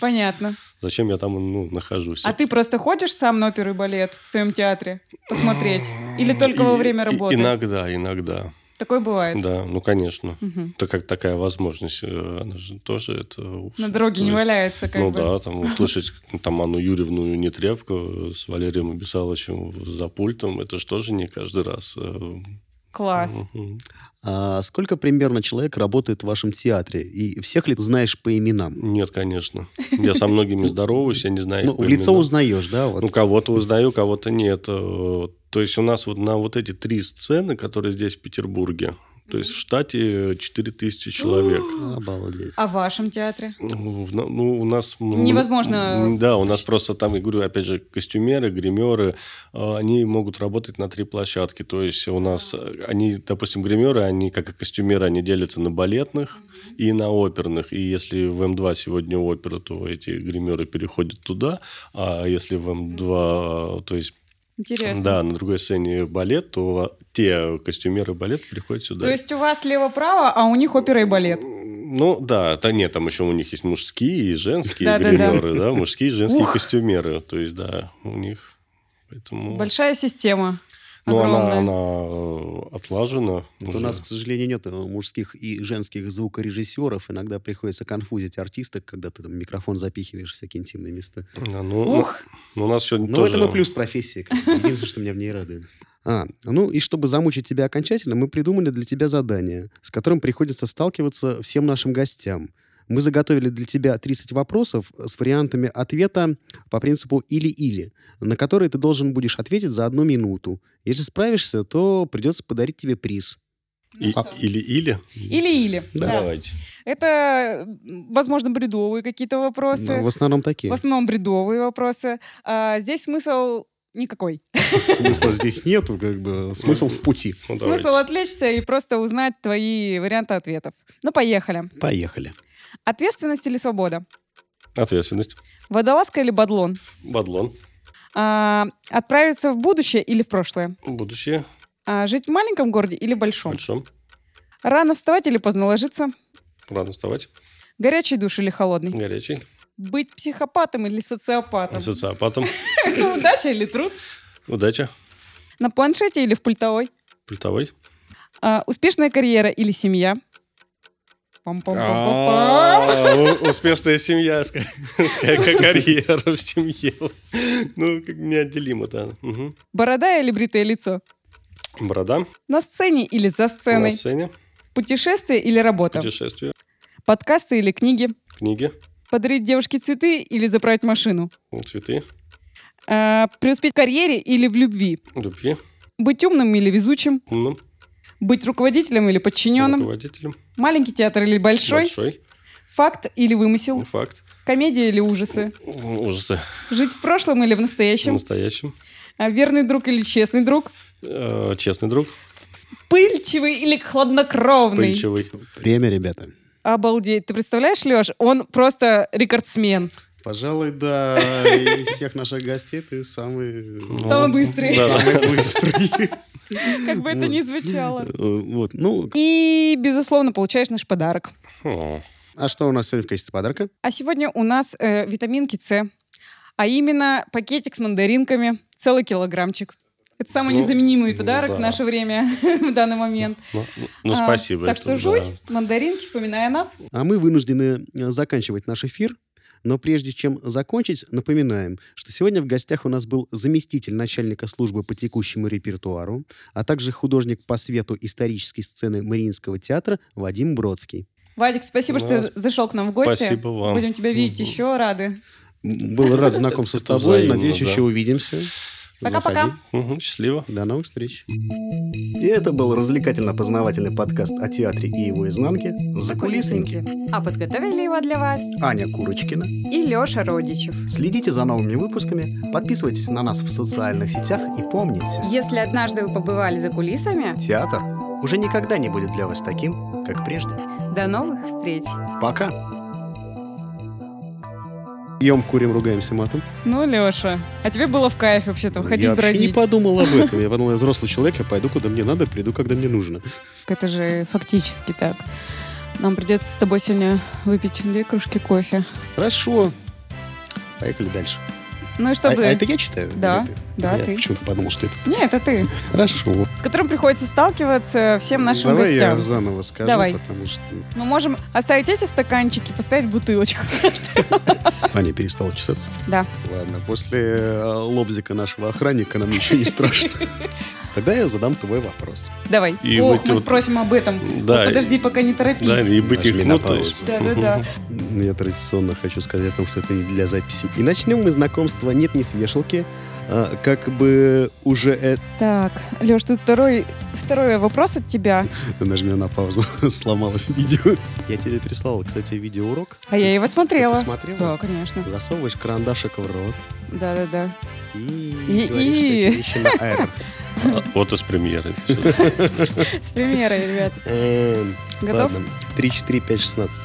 Speaker 2: Понятно.
Speaker 4: Зачем я там ну, нахожусь?
Speaker 2: А ты просто ходишь сам на оперу и балет в своем театре
Speaker 4: [LAUGHS]
Speaker 2: посмотреть? Или только во
Speaker 4: И-
Speaker 2: время
Speaker 4: и-
Speaker 2: работы?
Speaker 4: иногда, иногда.
Speaker 2: Такое бывает.
Speaker 4: Да, ну, конечно.
Speaker 2: Мгм.
Speaker 4: Так как такая возможность, э, она же тоже это...
Speaker 2: На дороге
Speaker 4: то
Speaker 2: не
Speaker 4: есть-
Speaker 2: валяется как
Speaker 4: ну
Speaker 2: бы.
Speaker 4: да, там услышать ну, там Анну Юрьевну Нетребко с Валерием Абисаловичем в- за пультом, это же тоже не каждый раз. э,
Speaker 2: Класс.
Speaker 4: мгм.
Speaker 1: А сколько примерно человек работает в вашем театре? И всех ли ты знаешь по именам?
Speaker 4: Нет, конечно. Я со многими здороваюсь, я не знаю. их
Speaker 1: Ну,
Speaker 4: по
Speaker 1: в лицо
Speaker 4: именам.
Speaker 1: узнаешь, да? вот?
Speaker 4: Ну, кого-то узнаю, кого-то нет. Э, То есть у нас вот на вот эти три сцены, которые здесь в Петербурге, то есть в штате 4000 человек.
Speaker 1: Обалдеть.
Speaker 2: А в вашем театре?
Speaker 4: Ну, в- ну, у нас... м,
Speaker 2: Невозможно.
Speaker 4: м, Да, у нас просто там, я говорю, опять же, костюмеры, гримеры, э, они могут работать на три площадки. То есть у нас, э, они, допустим, гримеры, они, как и костюмеры, они делятся на балетных и на оперных. И если в М2 сегодня опера, то эти гримеры переходят туда. А если в М2, э, то есть,
Speaker 2: Интересно.
Speaker 4: да, на другой сцене балет, то те костюмеры балет переходят сюда.
Speaker 2: То есть у вас лево-право, а у них опера и балет.
Speaker 4: Ну да, да нет, там еще у них есть мужские и женские
Speaker 2: Да-да-да.
Speaker 4: гримеры, да, мужские и женские
Speaker 2: Ух.
Speaker 4: костюмеры, то есть да, у них поэтому.
Speaker 2: Большая система.
Speaker 4: Ну она
Speaker 2: огромная.
Speaker 4: она э, отлажена.
Speaker 1: Вот
Speaker 4: уже.
Speaker 1: у нас, к сожалению, нет э, мужских и женских звукорежиссеров. Иногда приходится конфузить артисток, когда ты там микрофон запихиваешь в всякие интимные места.
Speaker 4: Да, ну,
Speaker 2: Ух.
Speaker 4: ну, у нас еще
Speaker 1: Ну,
Speaker 4: тоже.
Speaker 1: это на плюс профессии. как бы. Единственное, что меня в ней радует. А, ну и чтобы замучить тебя окончательно, мы придумали для тебя задание, с которым приходится сталкиваться всем нашим гостям. Мы заготовили для тебя 30 вопросов с вариантами ответа по принципу «или-или», на которые ты должен будешь ответить за одну минуту. Если справишься, то придется подарить тебе приз.
Speaker 4: И-
Speaker 1: что?
Speaker 4: или или.
Speaker 2: Или-или.
Speaker 1: Да.
Speaker 2: да.
Speaker 4: Давайте.
Speaker 2: Это, м, возможно, бредовые какие-то вопросы.
Speaker 1: Ну, в основном
Speaker 2: В
Speaker 1: такие.
Speaker 2: основном бредовые вопросы. А здесь смысл никакой.
Speaker 1: Смысла здесь нету, как бы смысл в пути.
Speaker 4: Ну,
Speaker 2: Смысл
Speaker 4: давайте.
Speaker 2: отвлечься и просто узнать твои варианты ответов. Ну, поехали.
Speaker 1: Поехали.
Speaker 2: Ответственность или свобода?
Speaker 4: Ответственность.
Speaker 2: Водолазка или бадлон?
Speaker 4: Бадлон.
Speaker 2: А, отправиться в будущее или в прошлое?
Speaker 4: Будущее.
Speaker 2: А, жить в маленьком городе или большом?
Speaker 4: Большом.
Speaker 2: Рано вставать или поздно ложиться?
Speaker 4: Рано вставать.
Speaker 2: Горячий душ или холодный?
Speaker 4: Горячий.
Speaker 2: Быть психопатом или социопатом?
Speaker 4: Социопатом.
Speaker 2: [LAUGHS] Удача или труд?
Speaker 4: Удача.
Speaker 2: На планшете или в пультовой?
Speaker 4: Пультовой.
Speaker 2: А, успешная карьера или семья? Пам-пам-пам-пам-пам.
Speaker 4: А, у- Успешная семья, ска- ска- карьера в семье. Ну, как неотделимо, да. Мгм.
Speaker 2: Борода или бритое лицо?
Speaker 4: Борода
Speaker 2: На сцене или за
Speaker 4: на
Speaker 2: сценой?
Speaker 4: сцене,
Speaker 2: Путешествие или работа?
Speaker 4: путешествие,
Speaker 2: Подкасты или книги?
Speaker 4: книги, ну,
Speaker 2: Подарить девушке цветы или заправить машину?
Speaker 4: цветы,
Speaker 2: А, преуспеть в карьере или в любви?
Speaker 4: любви,
Speaker 2: Быть умным или везучим?
Speaker 4: умным,
Speaker 2: Быть руководителем или подчиненным?
Speaker 4: руководителем,
Speaker 2: Маленький театр или большой?
Speaker 4: большой, ну,
Speaker 2: Факт или вымысел?
Speaker 4: факт,
Speaker 2: Комедия или ужасы?
Speaker 4: ужасы,
Speaker 2: Жить в прошлом или в настоящем?
Speaker 4: настоящим,
Speaker 2: А, верный друг или честный друг?
Speaker 4: Э, честный друг,
Speaker 2: Пыльчивый или хладнокровный?
Speaker 4: вспыльчивый.
Speaker 1: Время, ребята.
Speaker 2: Обалдеть. Ты представляешь, Леш, он просто рекордсмен.
Speaker 3: Пожалуй, да. Из всех наших гостей ты самый...
Speaker 2: Самый быстрый.
Speaker 4: Ну, Да.
Speaker 3: Самый быстрый.
Speaker 2: Как бы это ни звучало.
Speaker 3: Э, Вот, ну,
Speaker 2: И, безусловно, получаешь наш подарок.
Speaker 4: [LAUGHS] О,
Speaker 3: а что у нас сегодня в качестве подарка?
Speaker 2: А сегодня у нас э, витаминки С, а именно пакетик с мандаринками, целый килограммчик. Это самый
Speaker 4: Ну,
Speaker 2: незаменимый
Speaker 4: ну
Speaker 2: подарок
Speaker 4: да.
Speaker 2: в наше время, [LAUGHS] в данный момент.
Speaker 4: Ну, ну,
Speaker 2: А,
Speaker 4: спасибо.
Speaker 2: Так
Speaker 4: это
Speaker 2: что
Speaker 4: да.
Speaker 2: жуй, мандаринки, вспоминая нас.
Speaker 3: А мы вынуждены э, заканчивать наш эфир. Но прежде чем закончить, напоминаем, что сегодня в гостях у нас был заместитель начальника службы по текущему репертуару, а также художник по свету исторической сцены Мариинского театра Вадим Бродский.
Speaker 2: Вадик, спасибо, что
Speaker 4: Да,
Speaker 2: ты зашел к нам в гости.
Speaker 4: Ну, спасибо вам. Ну,
Speaker 2: Будем тебя видеть
Speaker 4: Мгм.
Speaker 2: еще, рады.
Speaker 3: М, Был рад знакомству с
Speaker 4: Это
Speaker 3: тобой.
Speaker 4: взаимно,
Speaker 3: Надеюсь,
Speaker 4: да.
Speaker 3: еще увидимся.
Speaker 2: Пока-пока.
Speaker 3: Заходи.
Speaker 4: Мгм, Счастливо.
Speaker 3: До новых встреч.
Speaker 5: И это был развлекательно-познавательный подкаст о театре и его изнанке «Закулисники».
Speaker 2: А подготовили его для вас
Speaker 5: Аня Курочкина.
Speaker 2: и Леша Родичев.
Speaker 5: Следите за новыми выпусками, подписывайтесь на нас в социальных сетях и помните,
Speaker 2: Если однажды вы побывали за кулисами,
Speaker 5: театр уже никогда не будет для вас таким, как прежде.
Speaker 2: до новых встреч.
Speaker 5: Пока!
Speaker 3: Пьем, курим, ругаемся матом.
Speaker 2: Ну, Леша, а тебе было в кайф вообще-то ходить
Speaker 3: я вообще не
Speaker 2: бродить?
Speaker 3: подумал об
Speaker 2: [LAUGHS]
Speaker 3: этом. Я подумал, я взрослый человек, я пойду, куда мне надо, приду, когда мне нужно.
Speaker 2: Это же фактически так. Нам придется с тобой сегодня выпить две кружки кофе.
Speaker 3: Хорошо. Поехали дальше.
Speaker 2: Ну и
Speaker 3: А,
Speaker 2: чтобы...
Speaker 3: а это я читаю?
Speaker 2: Да,
Speaker 3: Или ты?
Speaker 2: да,
Speaker 3: я
Speaker 2: ты.
Speaker 3: почему-то подумал, что это... [LAUGHS]
Speaker 2: Не, это ты.
Speaker 3: Хорошо.
Speaker 2: С которым приходится сталкиваться всем нашим
Speaker 3: Давай
Speaker 2: гостям.
Speaker 3: я заново скажу,
Speaker 2: Давай.
Speaker 3: потому что
Speaker 2: Мы можем оставить эти стаканчики, поставить бутылочку. [LAUGHS]
Speaker 3: Аня перестала А, чесаться. [LAUGHS]
Speaker 2: Да.
Speaker 3: Ладно, после э, лобзика нашего охранника нам ничего не
Speaker 2: [LAUGHS]
Speaker 3: страшно. Тогда я задам твой вопрос.
Speaker 2: Давай.
Speaker 4: И
Speaker 2: Ох,
Speaker 4: вот-
Speaker 2: мы
Speaker 4: вот-
Speaker 2: спросим об этом.
Speaker 4: Да,
Speaker 2: Вот Подожди, пока не
Speaker 4: Да,
Speaker 2: торопись.
Speaker 4: и быть
Speaker 3: Нажми
Speaker 4: их
Speaker 3: на
Speaker 4: ну, то есть.
Speaker 3: паузу.
Speaker 4: [LAUGHS]
Speaker 2: Да-да-да.
Speaker 3: Ну, Я традиционно хочу сказать о том, что это не для записи. И начнем мы знакомство «Нет, не с вешалки». А, Как бы уже э- [LAUGHS]
Speaker 2: Так, Леш, тут второй, второй вопрос от тебя.
Speaker 3: Нажми на паузу. [LAUGHS] Сломалось видео. Я тебе прислал, кстати, видеоурок.
Speaker 2: А я его смотрела.
Speaker 3: Посмотрел.
Speaker 2: Да, конечно.
Speaker 3: Засовываешь карандашик в рот
Speaker 2: Да-да-да.
Speaker 3: и,
Speaker 2: И-
Speaker 3: говоришь
Speaker 2: и.
Speaker 3: всякие вещи на R.
Speaker 4: А, Вот из премьеры.
Speaker 2: С примерой, ребят.
Speaker 3: Эм,
Speaker 2: Готов?
Speaker 3: Ладно. 3, 4, 5, 16.